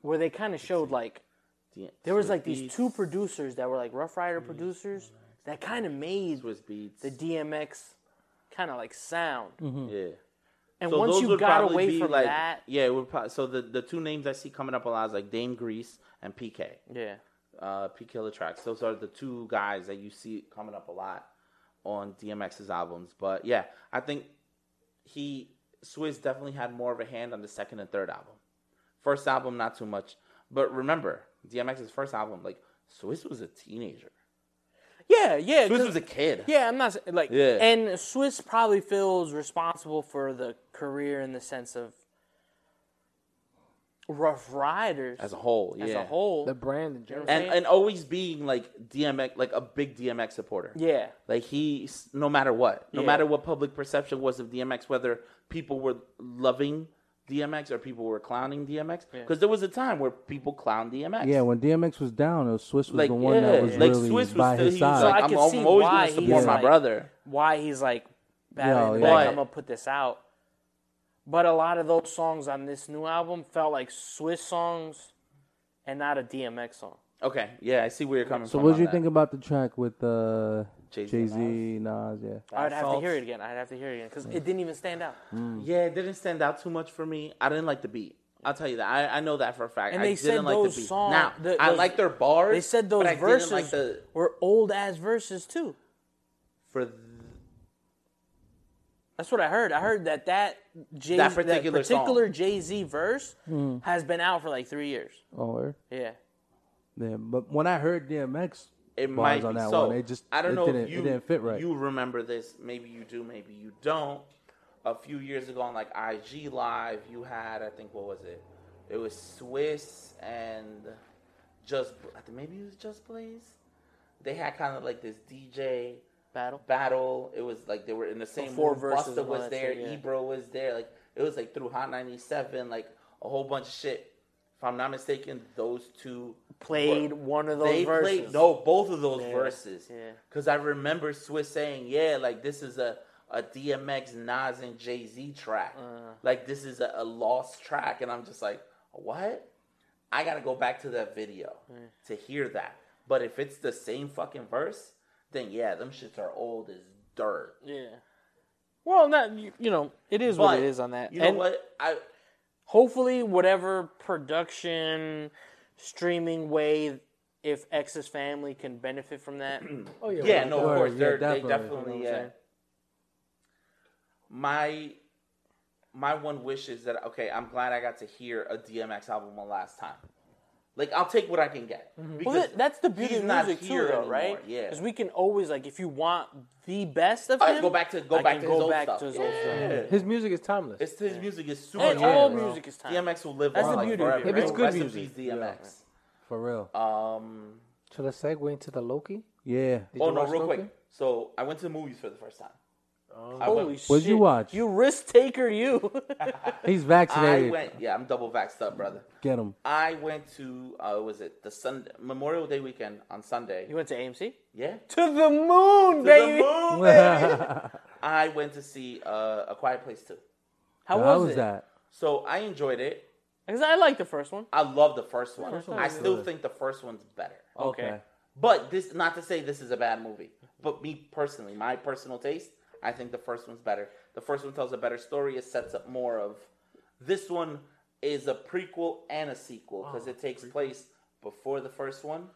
[SPEAKER 2] where they kind of showed like
[SPEAKER 3] the-
[SPEAKER 2] there was
[SPEAKER 3] Swiss
[SPEAKER 2] like these
[SPEAKER 3] Beats,
[SPEAKER 2] two producers that were like Rough
[SPEAKER 3] Mm.
[SPEAKER 2] Rider producers that kind of made
[SPEAKER 3] Swiss Beats.
[SPEAKER 2] the DMX kind of like sound.
[SPEAKER 3] yeah.
[SPEAKER 2] And
[SPEAKER 3] Mm. So
[SPEAKER 2] once
[SPEAKER 3] those
[SPEAKER 2] you
[SPEAKER 3] would
[SPEAKER 2] got
[SPEAKER 3] probably
[SPEAKER 2] away
[SPEAKER 3] be
[SPEAKER 2] from
[SPEAKER 3] like,
[SPEAKER 2] that,
[SPEAKER 3] yeah, it would probably, so the the two names I see coming up a lot is like Dame Grease and PK.
[SPEAKER 2] yeah,
[SPEAKER 3] uh, P Killer tracks. Those are the two guys that you see coming up a lot on DMX's albums. But yeah, I think he Swizz definitely had more of a hand on the second and third album. First album, not too much. But remember, DMX's first album, like Swizz was a teenager.
[SPEAKER 2] yeah, yeah,
[SPEAKER 3] Swizz
[SPEAKER 2] 'cause-
[SPEAKER 3] was a kid.
[SPEAKER 2] Yeah, I'm not s- like.
[SPEAKER 3] Yeah.
[SPEAKER 2] And Swiss probably feels responsible for the career in the sense of Rough Riders
[SPEAKER 3] As a whole, yeah.
[SPEAKER 2] as a whole.
[SPEAKER 1] the brand in general.
[SPEAKER 3] And and always being like DMX, like a big DMX supporter.
[SPEAKER 2] yeah,
[SPEAKER 3] Like he, s- no matter what, no
[SPEAKER 2] Yeah.
[SPEAKER 3] matter what public perception was of DMX, whether people were loving DMX or people were clowning DMX, because there was a time where people clowned DMX.
[SPEAKER 4] Yeah, when DMX was down, it was Swiss was
[SPEAKER 3] like
[SPEAKER 4] the one that was
[SPEAKER 3] like
[SPEAKER 4] really
[SPEAKER 3] Swiss was
[SPEAKER 4] by
[SPEAKER 3] still,
[SPEAKER 4] his
[SPEAKER 3] he was
[SPEAKER 4] side.
[SPEAKER 2] So I
[SPEAKER 3] like,
[SPEAKER 2] could
[SPEAKER 3] I'm,
[SPEAKER 2] see
[SPEAKER 3] I'm always
[SPEAKER 2] why
[SPEAKER 3] going
[SPEAKER 2] he
[SPEAKER 3] to support
[SPEAKER 2] was
[SPEAKER 3] my
[SPEAKER 2] like-
[SPEAKER 3] brother.
[SPEAKER 2] why he's like battling the
[SPEAKER 4] Yeah,
[SPEAKER 2] back.
[SPEAKER 3] yeah.
[SPEAKER 2] I'm gonna put this out. But a lot of those songs on this new album felt like Swiss songs, and not a DMX song.
[SPEAKER 3] Okay, yeah, I see where you're coming
[SPEAKER 4] So
[SPEAKER 3] from.
[SPEAKER 4] what
[SPEAKER 3] on
[SPEAKER 4] do you
[SPEAKER 3] that.
[SPEAKER 4] think about the track with uh,
[SPEAKER 3] Jay-Z
[SPEAKER 4] Jay
[SPEAKER 3] and
[SPEAKER 4] Z, Nas? Yeah,
[SPEAKER 2] I'd have to
[SPEAKER 3] felt-
[SPEAKER 2] hear it again. I'd have to hear it again because
[SPEAKER 3] Mm.
[SPEAKER 2] it didn't even stand out.
[SPEAKER 3] Yeah, it didn't stand out too much for me. I didn't like the beat. I'll tell you that. I, I know that for a fact.
[SPEAKER 2] And
[SPEAKER 3] I
[SPEAKER 2] they
[SPEAKER 3] didn't
[SPEAKER 2] said
[SPEAKER 3] like
[SPEAKER 2] those
[SPEAKER 3] the beat.
[SPEAKER 2] songs.
[SPEAKER 3] now
[SPEAKER 2] the-
[SPEAKER 3] I
[SPEAKER 2] those-
[SPEAKER 3] like their bars.
[SPEAKER 2] They said
[SPEAKER 3] but
[SPEAKER 2] those
[SPEAKER 3] I didn't
[SPEAKER 2] verses
[SPEAKER 3] like the
[SPEAKER 2] were old ass verses too.
[SPEAKER 3] for th-
[SPEAKER 2] That's what I heard. I heard that that Jay
[SPEAKER 3] That particular song.
[SPEAKER 2] Jay Z verse has been out for like three years.
[SPEAKER 4] or
[SPEAKER 2] Yeah,
[SPEAKER 4] Oh, yeah. But when I heard DMX,
[SPEAKER 3] it
[SPEAKER 4] bars
[SPEAKER 3] might
[SPEAKER 4] on
[SPEAKER 3] be
[SPEAKER 4] that
[SPEAKER 3] so.
[SPEAKER 4] one. It just
[SPEAKER 3] I don't
[SPEAKER 4] it
[SPEAKER 3] know
[SPEAKER 4] Didn't,
[SPEAKER 3] if you
[SPEAKER 4] it didn't fit right.
[SPEAKER 3] You remember this? Maybe you do. Maybe you don't. A few years ago on like IG Live, you had I think what was it? It was Swiss and just I think maybe it was Just Blaze. They had kind of like this DJ
[SPEAKER 2] battle.
[SPEAKER 3] battle. It was like they were in the same
[SPEAKER 2] four
[SPEAKER 3] room.
[SPEAKER 2] verses
[SPEAKER 3] Busta
[SPEAKER 2] and all
[SPEAKER 3] was
[SPEAKER 2] that
[SPEAKER 3] there,
[SPEAKER 2] shit, yeah.
[SPEAKER 3] Ebro was there. Like it was like through Hot 97, like a whole bunch of shit. If I'm not mistaken, those two
[SPEAKER 2] Played
[SPEAKER 3] were-
[SPEAKER 2] one of those verses.
[SPEAKER 3] no, both of those
[SPEAKER 2] Yeah,
[SPEAKER 3] verses.
[SPEAKER 2] yeah.
[SPEAKER 3] Because I remember Swiss saying, "Yeah, like this is a." A DMX, Nas, and Jay Z track.
[SPEAKER 2] Uh-huh.
[SPEAKER 3] Like, this is a, a lost track. And I'm just like, what? I gotta go back to that video to hear that. But if it's the same fucking verse, then yeah, them shits are old as dirt.
[SPEAKER 2] Yeah. Well, not you, you know it is what
[SPEAKER 3] But
[SPEAKER 2] it is on that.
[SPEAKER 3] You know
[SPEAKER 2] and
[SPEAKER 3] what? I
[SPEAKER 2] hopefully, whatever production streaming way if X's family can benefit from that.
[SPEAKER 1] Oh yeah.
[SPEAKER 3] Yeah, no, of
[SPEAKER 4] Word,
[SPEAKER 3] course.
[SPEAKER 4] yeah,
[SPEAKER 3] They're, they
[SPEAKER 4] definitely.
[SPEAKER 3] definitely,
[SPEAKER 2] You know what I'm
[SPEAKER 3] yeah.
[SPEAKER 2] saying?
[SPEAKER 3] My my one wish is that okay, I'm glad I got to hear a DMX album one last time. Like I'll take what I can get.
[SPEAKER 2] Well,
[SPEAKER 3] Because
[SPEAKER 2] that- that's the beauty
[SPEAKER 3] he's
[SPEAKER 2] of
[SPEAKER 3] not
[SPEAKER 2] music too,
[SPEAKER 3] here
[SPEAKER 2] though,
[SPEAKER 3] anymore,
[SPEAKER 2] right?
[SPEAKER 3] Yeah.
[SPEAKER 2] Because we can always like, if you want the best of
[SPEAKER 3] All right,
[SPEAKER 2] him,
[SPEAKER 3] go back to- go
[SPEAKER 2] I
[SPEAKER 3] back
[SPEAKER 2] can
[SPEAKER 3] to his
[SPEAKER 2] go
[SPEAKER 3] old
[SPEAKER 2] back
[SPEAKER 3] stuff.
[SPEAKER 2] to his old stuff.
[SPEAKER 3] Yeah.
[SPEAKER 1] His music is timeless.
[SPEAKER 3] It's his music is super.
[SPEAKER 2] And
[SPEAKER 3] timeless.
[SPEAKER 2] all music is time.
[SPEAKER 3] DMX will live
[SPEAKER 2] That's
[SPEAKER 3] on
[SPEAKER 2] the
[SPEAKER 3] like,
[SPEAKER 2] beauty of
[SPEAKER 3] forever.
[SPEAKER 2] it,
[SPEAKER 1] If it's
[SPEAKER 3] bro.
[SPEAKER 1] good
[SPEAKER 3] Rest in
[SPEAKER 1] music.
[SPEAKER 3] peace, DMX.
[SPEAKER 4] for real.
[SPEAKER 3] Um,
[SPEAKER 1] Shall I segue into the Loki?
[SPEAKER 4] yeah.
[SPEAKER 1] Did
[SPEAKER 3] oh
[SPEAKER 1] you
[SPEAKER 3] no,
[SPEAKER 1] watch
[SPEAKER 3] real
[SPEAKER 1] Loki?
[SPEAKER 3] quick. So I went to the movies for the first time. I went-
[SPEAKER 2] Oh. Holy shit!
[SPEAKER 4] What'd you watch?
[SPEAKER 2] You risk taker, you.
[SPEAKER 4] He's
[SPEAKER 3] I
[SPEAKER 4] vaccinated.
[SPEAKER 3] went. Yeah, I'm double vaxxed up, brother.
[SPEAKER 4] Get him.
[SPEAKER 3] I went to uh, was it the Sunday Memorial Day weekend on Sunday?
[SPEAKER 2] you went to AMC.
[SPEAKER 3] Yeah,
[SPEAKER 2] To the moon, baby.
[SPEAKER 3] The moon, baby. I went to see uh, A Quiet Place too.
[SPEAKER 2] How
[SPEAKER 4] How
[SPEAKER 2] was,
[SPEAKER 4] was
[SPEAKER 2] it?
[SPEAKER 4] that?
[SPEAKER 3] So I enjoyed it.
[SPEAKER 2] Because I liked the first one.
[SPEAKER 3] I love the first one.
[SPEAKER 4] First one
[SPEAKER 3] I
[SPEAKER 4] was
[SPEAKER 3] still
[SPEAKER 4] good.
[SPEAKER 3] think the first one's better.
[SPEAKER 2] Okay.
[SPEAKER 3] But this not to say this is a bad movie. But me personally, my personal taste, I think the first one's better. The first one tells a better story. It sets up more of. This one is a prequel and a sequel because
[SPEAKER 2] Oh,
[SPEAKER 3] it takes place before the first one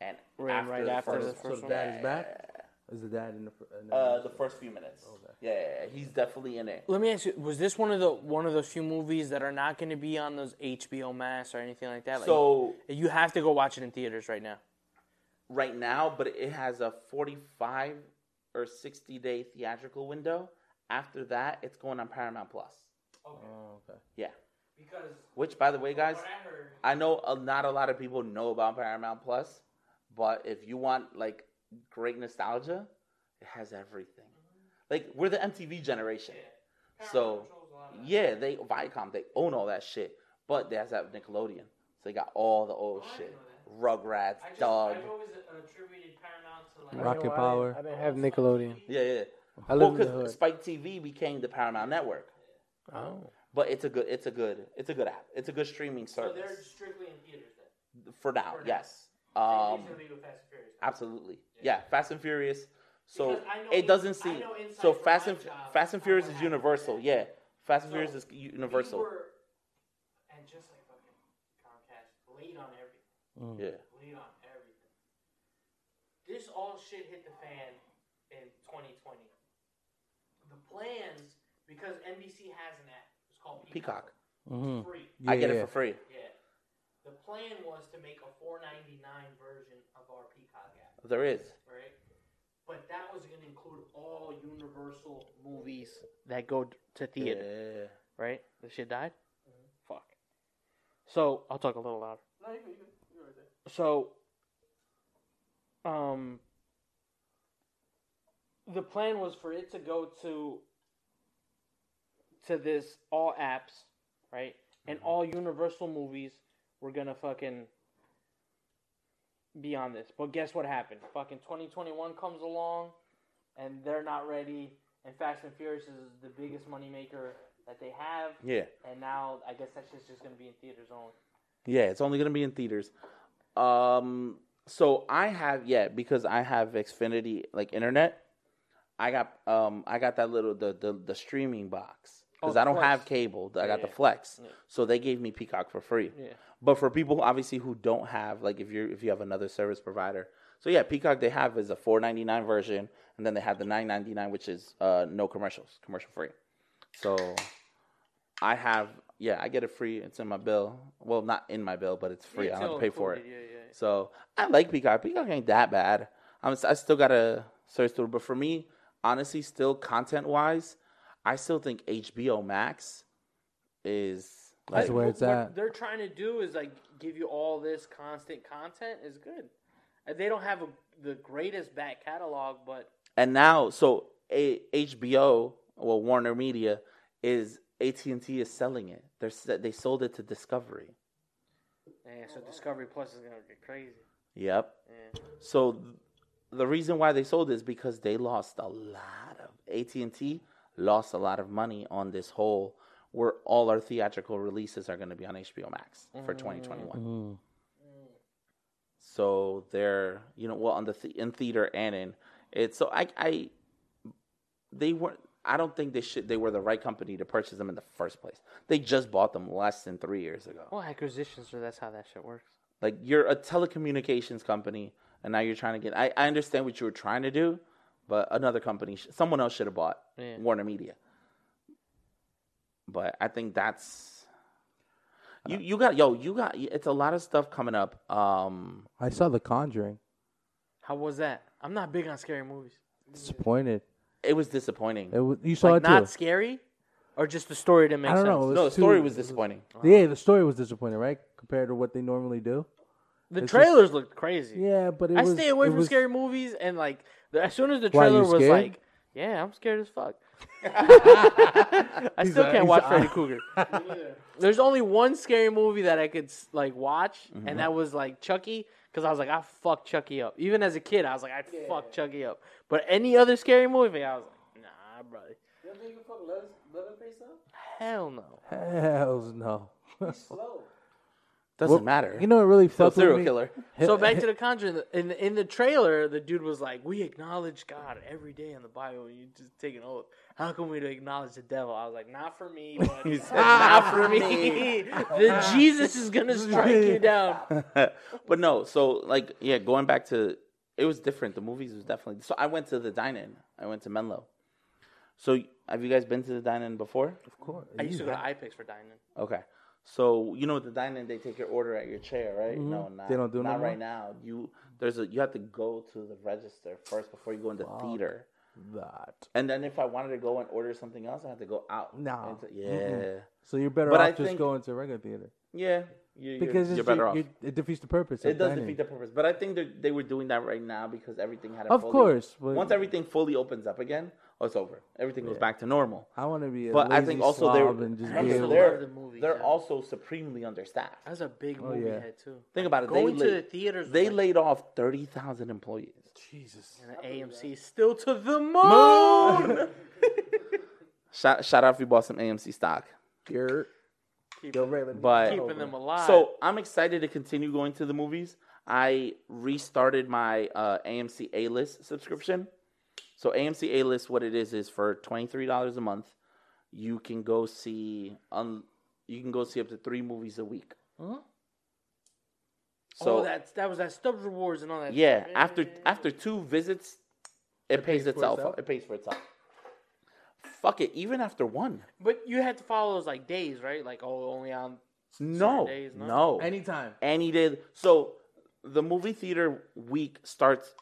[SPEAKER 3] and
[SPEAKER 2] Right,
[SPEAKER 3] after
[SPEAKER 2] right
[SPEAKER 3] the
[SPEAKER 2] after
[SPEAKER 3] first
[SPEAKER 2] the
[SPEAKER 3] one.
[SPEAKER 2] first
[SPEAKER 4] so
[SPEAKER 2] one.
[SPEAKER 4] the dad is back. Is the dad in the? fir- in the-
[SPEAKER 3] Uh, the first few minutes. Yeah, yeah, yeah, he's definitely in it.
[SPEAKER 2] Let me ask you: Was this one of the one of those few movies that are not going to be on those HBO Max or anything like that? Like,
[SPEAKER 3] So
[SPEAKER 2] you have to go watch it in theaters right now.
[SPEAKER 3] right now, but it has a 45 or 60 day theatrical window. After that, it's going on Paramount Plus. Yeah.
[SPEAKER 6] Because
[SPEAKER 3] Which, by the way, guys,
[SPEAKER 6] what I heard,
[SPEAKER 3] I know uh, not a lot of people know about Paramount Plus, but if you want like great nostalgia, it has everything.
[SPEAKER 6] Mm-hmm.
[SPEAKER 3] Like we're the MTV generation, so yeah, they Viacom they own all that shit, but they also have Nickelodeon, so they got all the
[SPEAKER 6] Oh,
[SPEAKER 3] old shit, Rugrats,
[SPEAKER 6] I just,
[SPEAKER 3] Dog.
[SPEAKER 6] I've always attributed Paramount to like
[SPEAKER 4] Rocket Power.
[SPEAKER 1] I didn't have Nickelodeon.
[SPEAKER 3] Yeah, yeah.
[SPEAKER 1] I
[SPEAKER 3] Well,
[SPEAKER 1] live in the hood.
[SPEAKER 3] because Spike TV became the Paramount Network,
[SPEAKER 1] Oh.
[SPEAKER 3] but it's a good, it's a good, it's a good app. It's a good streaming
[SPEAKER 6] So
[SPEAKER 3] service
[SPEAKER 6] they're strictly in theaters then.
[SPEAKER 3] for now.
[SPEAKER 6] now.
[SPEAKER 3] Yes.
[SPEAKER 6] Same
[SPEAKER 3] Um,
[SPEAKER 6] thing's gonna be with Fast and Furious.
[SPEAKER 3] Absolutely. Yeah, Fast and Furious. So
[SPEAKER 6] Because I know
[SPEAKER 3] it
[SPEAKER 6] ins-
[SPEAKER 3] doesn't
[SPEAKER 6] I
[SPEAKER 3] seem
[SPEAKER 6] know inside
[SPEAKER 3] so
[SPEAKER 6] from
[SPEAKER 3] Fast
[SPEAKER 6] my
[SPEAKER 3] and
[SPEAKER 6] job
[SPEAKER 3] Fast and
[SPEAKER 6] how
[SPEAKER 3] Furious
[SPEAKER 6] what
[SPEAKER 3] is
[SPEAKER 6] happened.
[SPEAKER 3] universal. Yeah, Fast and
[SPEAKER 6] So,
[SPEAKER 3] Furious is
[SPEAKER 6] We
[SPEAKER 3] universal.
[SPEAKER 6] were, and just like fucking Comcast, late on everything.
[SPEAKER 4] Mm.
[SPEAKER 3] Yeah,
[SPEAKER 6] Late on everything. This all shit hit the fan in 2020. The plans, because NBC has an app. It's called
[SPEAKER 3] Peacock.
[SPEAKER 4] Mhm.
[SPEAKER 6] Free.
[SPEAKER 3] I get it
[SPEAKER 4] Yeah.
[SPEAKER 3] for free.
[SPEAKER 6] Yeah. The plan was to make a 4.99 version of our Peacock app,
[SPEAKER 3] There is.
[SPEAKER 6] right? But that was going to include all Universal movies that go d- to
[SPEAKER 3] Yeah.
[SPEAKER 6] theater,
[SPEAKER 2] Right? The shit died. Fuck. So I'll talk a little louder. So, um, the plan was for it to go to to this all apps, right? And all Universal movies were gonna fucking be on this. But guess what happened? Fucking 2021 comes along, and they're not ready. And Fast and Furious is the biggest moneymaker that they have.
[SPEAKER 3] Yeah.
[SPEAKER 2] And now I guess that shit's just gonna be in theaters only.
[SPEAKER 3] Yeah, it's only gonna be in theaters. Um, so I have yeah because I have Xfinity like internet. I got um I got that little the the, the streaming box because
[SPEAKER 2] Oh,
[SPEAKER 3] I don't
[SPEAKER 2] Flex.
[SPEAKER 3] have cable. I got the Flex, so they gave me Peacock for free.
[SPEAKER 2] Yeah.
[SPEAKER 3] But for people obviously who don't have like if you're if you have another service provider, so yeah, Peacock they have is a four ninety nine version, and then they have the nine ninety nine which is uh no commercials, commercial free. So I have yeah, I get it free. It's in my bill. Well, not in my bill, but it's free. I don't have to pay for it.
[SPEAKER 2] Yeah, yeah, yeah.
[SPEAKER 3] So I like Peacock. Peacock ain't that bad. I'm, I still gotta search through. it. But for me, honestly, still content wise, I still think HBO Max is
[SPEAKER 4] That's
[SPEAKER 3] like,
[SPEAKER 4] where it's
[SPEAKER 2] what
[SPEAKER 4] at.
[SPEAKER 2] They're trying to do is like give you all this constant content is good. And They don't have a, the greatest back catalog, but
[SPEAKER 3] and now so a, HBO well Warner Media is AT and T is selling it. They're s- they sold it to Discovery.
[SPEAKER 2] eh, so Discovery Plus is gonna get crazy.
[SPEAKER 3] Yep. So th- the reason why they sold is because they lost a lot of AT and T lost a lot of money on this whole where all our theatrical releases are going to be on HBO Max for 2021.
[SPEAKER 4] Mm.
[SPEAKER 3] So they're you know well on the th- in theater and in it. So I I they weren't. I don't think they should. They were the right company to purchase them in the first place. They just bought them less than three years ago.
[SPEAKER 2] Well, acquisitions, so that's how that shit works.
[SPEAKER 3] Like you're a telecommunications company, and now you're trying to get. I, I understand what you were trying to do, but another company, sh- someone else should have bought
[SPEAKER 2] Yeah.
[SPEAKER 3] Warner Media. But I think that's you. You got yo. You got. It's a lot of stuff coming up. Um,
[SPEAKER 4] I saw The Conjuring.
[SPEAKER 2] How was that? I'm not big on scary movies.
[SPEAKER 4] Disappointed.
[SPEAKER 3] it was disappointing.
[SPEAKER 4] It was, you saw
[SPEAKER 2] Like
[SPEAKER 4] it
[SPEAKER 2] not
[SPEAKER 4] too.
[SPEAKER 2] scary, or just the story didn't make
[SPEAKER 4] I don't
[SPEAKER 2] sense.
[SPEAKER 4] know.
[SPEAKER 3] no,
[SPEAKER 4] It
[SPEAKER 3] the
[SPEAKER 4] was too-
[SPEAKER 3] story was disappointing.
[SPEAKER 4] Yeah, the story was disappointing, right? Compared to what they normally do.
[SPEAKER 2] The
[SPEAKER 4] It's just-
[SPEAKER 2] trailers looked crazy.
[SPEAKER 4] Yeah, but it
[SPEAKER 2] I
[SPEAKER 4] was,
[SPEAKER 2] stay away
[SPEAKER 4] it
[SPEAKER 2] from
[SPEAKER 4] was-
[SPEAKER 2] scary movies, and like the, as soon as the
[SPEAKER 4] Why, you
[SPEAKER 2] trailer was
[SPEAKER 4] scared?
[SPEAKER 2] like, "Yeah, I'm scared as fuck." I still
[SPEAKER 4] a-
[SPEAKER 2] can't
[SPEAKER 4] he's "Ah."
[SPEAKER 2] watch
[SPEAKER 4] a-
[SPEAKER 2] Freddy Krueger. There's only one scary movie that I could s- like watch,
[SPEAKER 4] Mm-hmm.
[SPEAKER 2] and that was like Chucky, because I was like, "I fuck Chucky up." Even as a kid, I was like, "I fuck Chucky up." But any other scary movie, I was like, "Nah, brother,
[SPEAKER 1] You don't think you can fuck Leather- Leatherface up?
[SPEAKER 2] hell no."
[SPEAKER 4] Hells no.
[SPEAKER 1] Slow.
[SPEAKER 3] Doesn't
[SPEAKER 4] Well,
[SPEAKER 3] matter.
[SPEAKER 4] You know, it really
[SPEAKER 3] So
[SPEAKER 4] fucked with
[SPEAKER 3] serial
[SPEAKER 4] me.
[SPEAKER 3] killer.
[SPEAKER 2] So back to the Conjuring. In the, in the trailer, the dude was like, "We acknowledge God every day in the Bible. and You just take an oath. How can we acknowledge the devil?" I was like, "Not for me, buddy. not for me. the Jesus is gonna strike you down."
[SPEAKER 3] but no, so like yeah, going back to it was different. The movies was definitely so. I went to the dine-in. I went to Menlo. So have you guys been to the dine-in before?
[SPEAKER 2] I used to go to iPix for dining.
[SPEAKER 3] Okay. So you know at the dine-in they take your order at your chair, right? No, not
[SPEAKER 4] Mm-hmm. They don't do it no
[SPEAKER 3] not
[SPEAKER 4] more?
[SPEAKER 3] right now. You there's a you have to go to the register first before you go into theater.
[SPEAKER 4] that.
[SPEAKER 3] And then if I wanted to go and order something else, I had to go out.
[SPEAKER 4] No.
[SPEAKER 3] Into- yeah.
[SPEAKER 4] So you're better
[SPEAKER 3] But I
[SPEAKER 4] off just
[SPEAKER 3] think-
[SPEAKER 4] going to a regular theater
[SPEAKER 3] Yeah. You,
[SPEAKER 4] because
[SPEAKER 3] you're,
[SPEAKER 4] it's
[SPEAKER 3] you're better off.
[SPEAKER 4] you it defeats the purpose.
[SPEAKER 3] It does defeat the purpose, but I think that they were doing that right now because everything had. A
[SPEAKER 4] Of
[SPEAKER 3] fully-
[SPEAKER 4] course, but-
[SPEAKER 3] once everything fully opens up again, oh, it's over. Everything goes back to normal.
[SPEAKER 4] I want to be, a
[SPEAKER 3] But I
[SPEAKER 4] lazy
[SPEAKER 3] think also they're
[SPEAKER 4] slob and just
[SPEAKER 3] I
[SPEAKER 4] be
[SPEAKER 3] think
[SPEAKER 2] able-
[SPEAKER 3] they're,
[SPEAKER 2] Love the movies,
[SPEAKER 3] they're
[SPEAKER 2] yeah.
[SPEAKER 3] also supremely understaffed.
[SPEAKER 2] That was a big movie
[SPEAKER 4] yeah.
[SPEAKER 2] head too.
[SPEAKER 3] Think about it.
[SPEAKER 2] Going
[SPEAKER 3] they
[SPEAKER 2] to
[SPEAKER 3] laid,
[SPEAKER 2] the theaters. was
[SPEAKER 3] They
[SPEAKER 2] like-
[SPEAKER 3] laid off thirty thousand employees.
[SPEAKER 2] and the AMC still to the moon.
[SPEAKER 3] Shout, shout out if you bought some AMC stock.
[SPEAKER 4] able.
[SPEAKER 2] Keeping,
[SPEAKER 3] But
[SPEAKER 2] keeping them alive.
[SPEAKER 3] So I'm excited to continue going to the movies. I restarted my uh, AMC A List subscription. So AMC A List, what it is, is for twenty three dollars a month, you can go see un- you can go see up to three movies a week. So
[SPEAKER 2] oh, that's that was that Stubbs Rewards and all that.
[SPEAKER 3] yeah,
[SPEAKER 2] stuff.
[SPEAKER 3] after after two visits, it, pays, itself.
[SPEAKER 1] itself?
[SPEAKER 3] It pays for itself. Fuck it, even after one.
[SPEAKER 2] But you had to follow those like days, right? Like oh, only on
[SPEAKER 3] No,
[SPEAKER 2] days, no?
[SPEAKER 3] no,
[SPEAKER 1] Anytime.
[SPEAKER 3] any day. So the movie theater week starts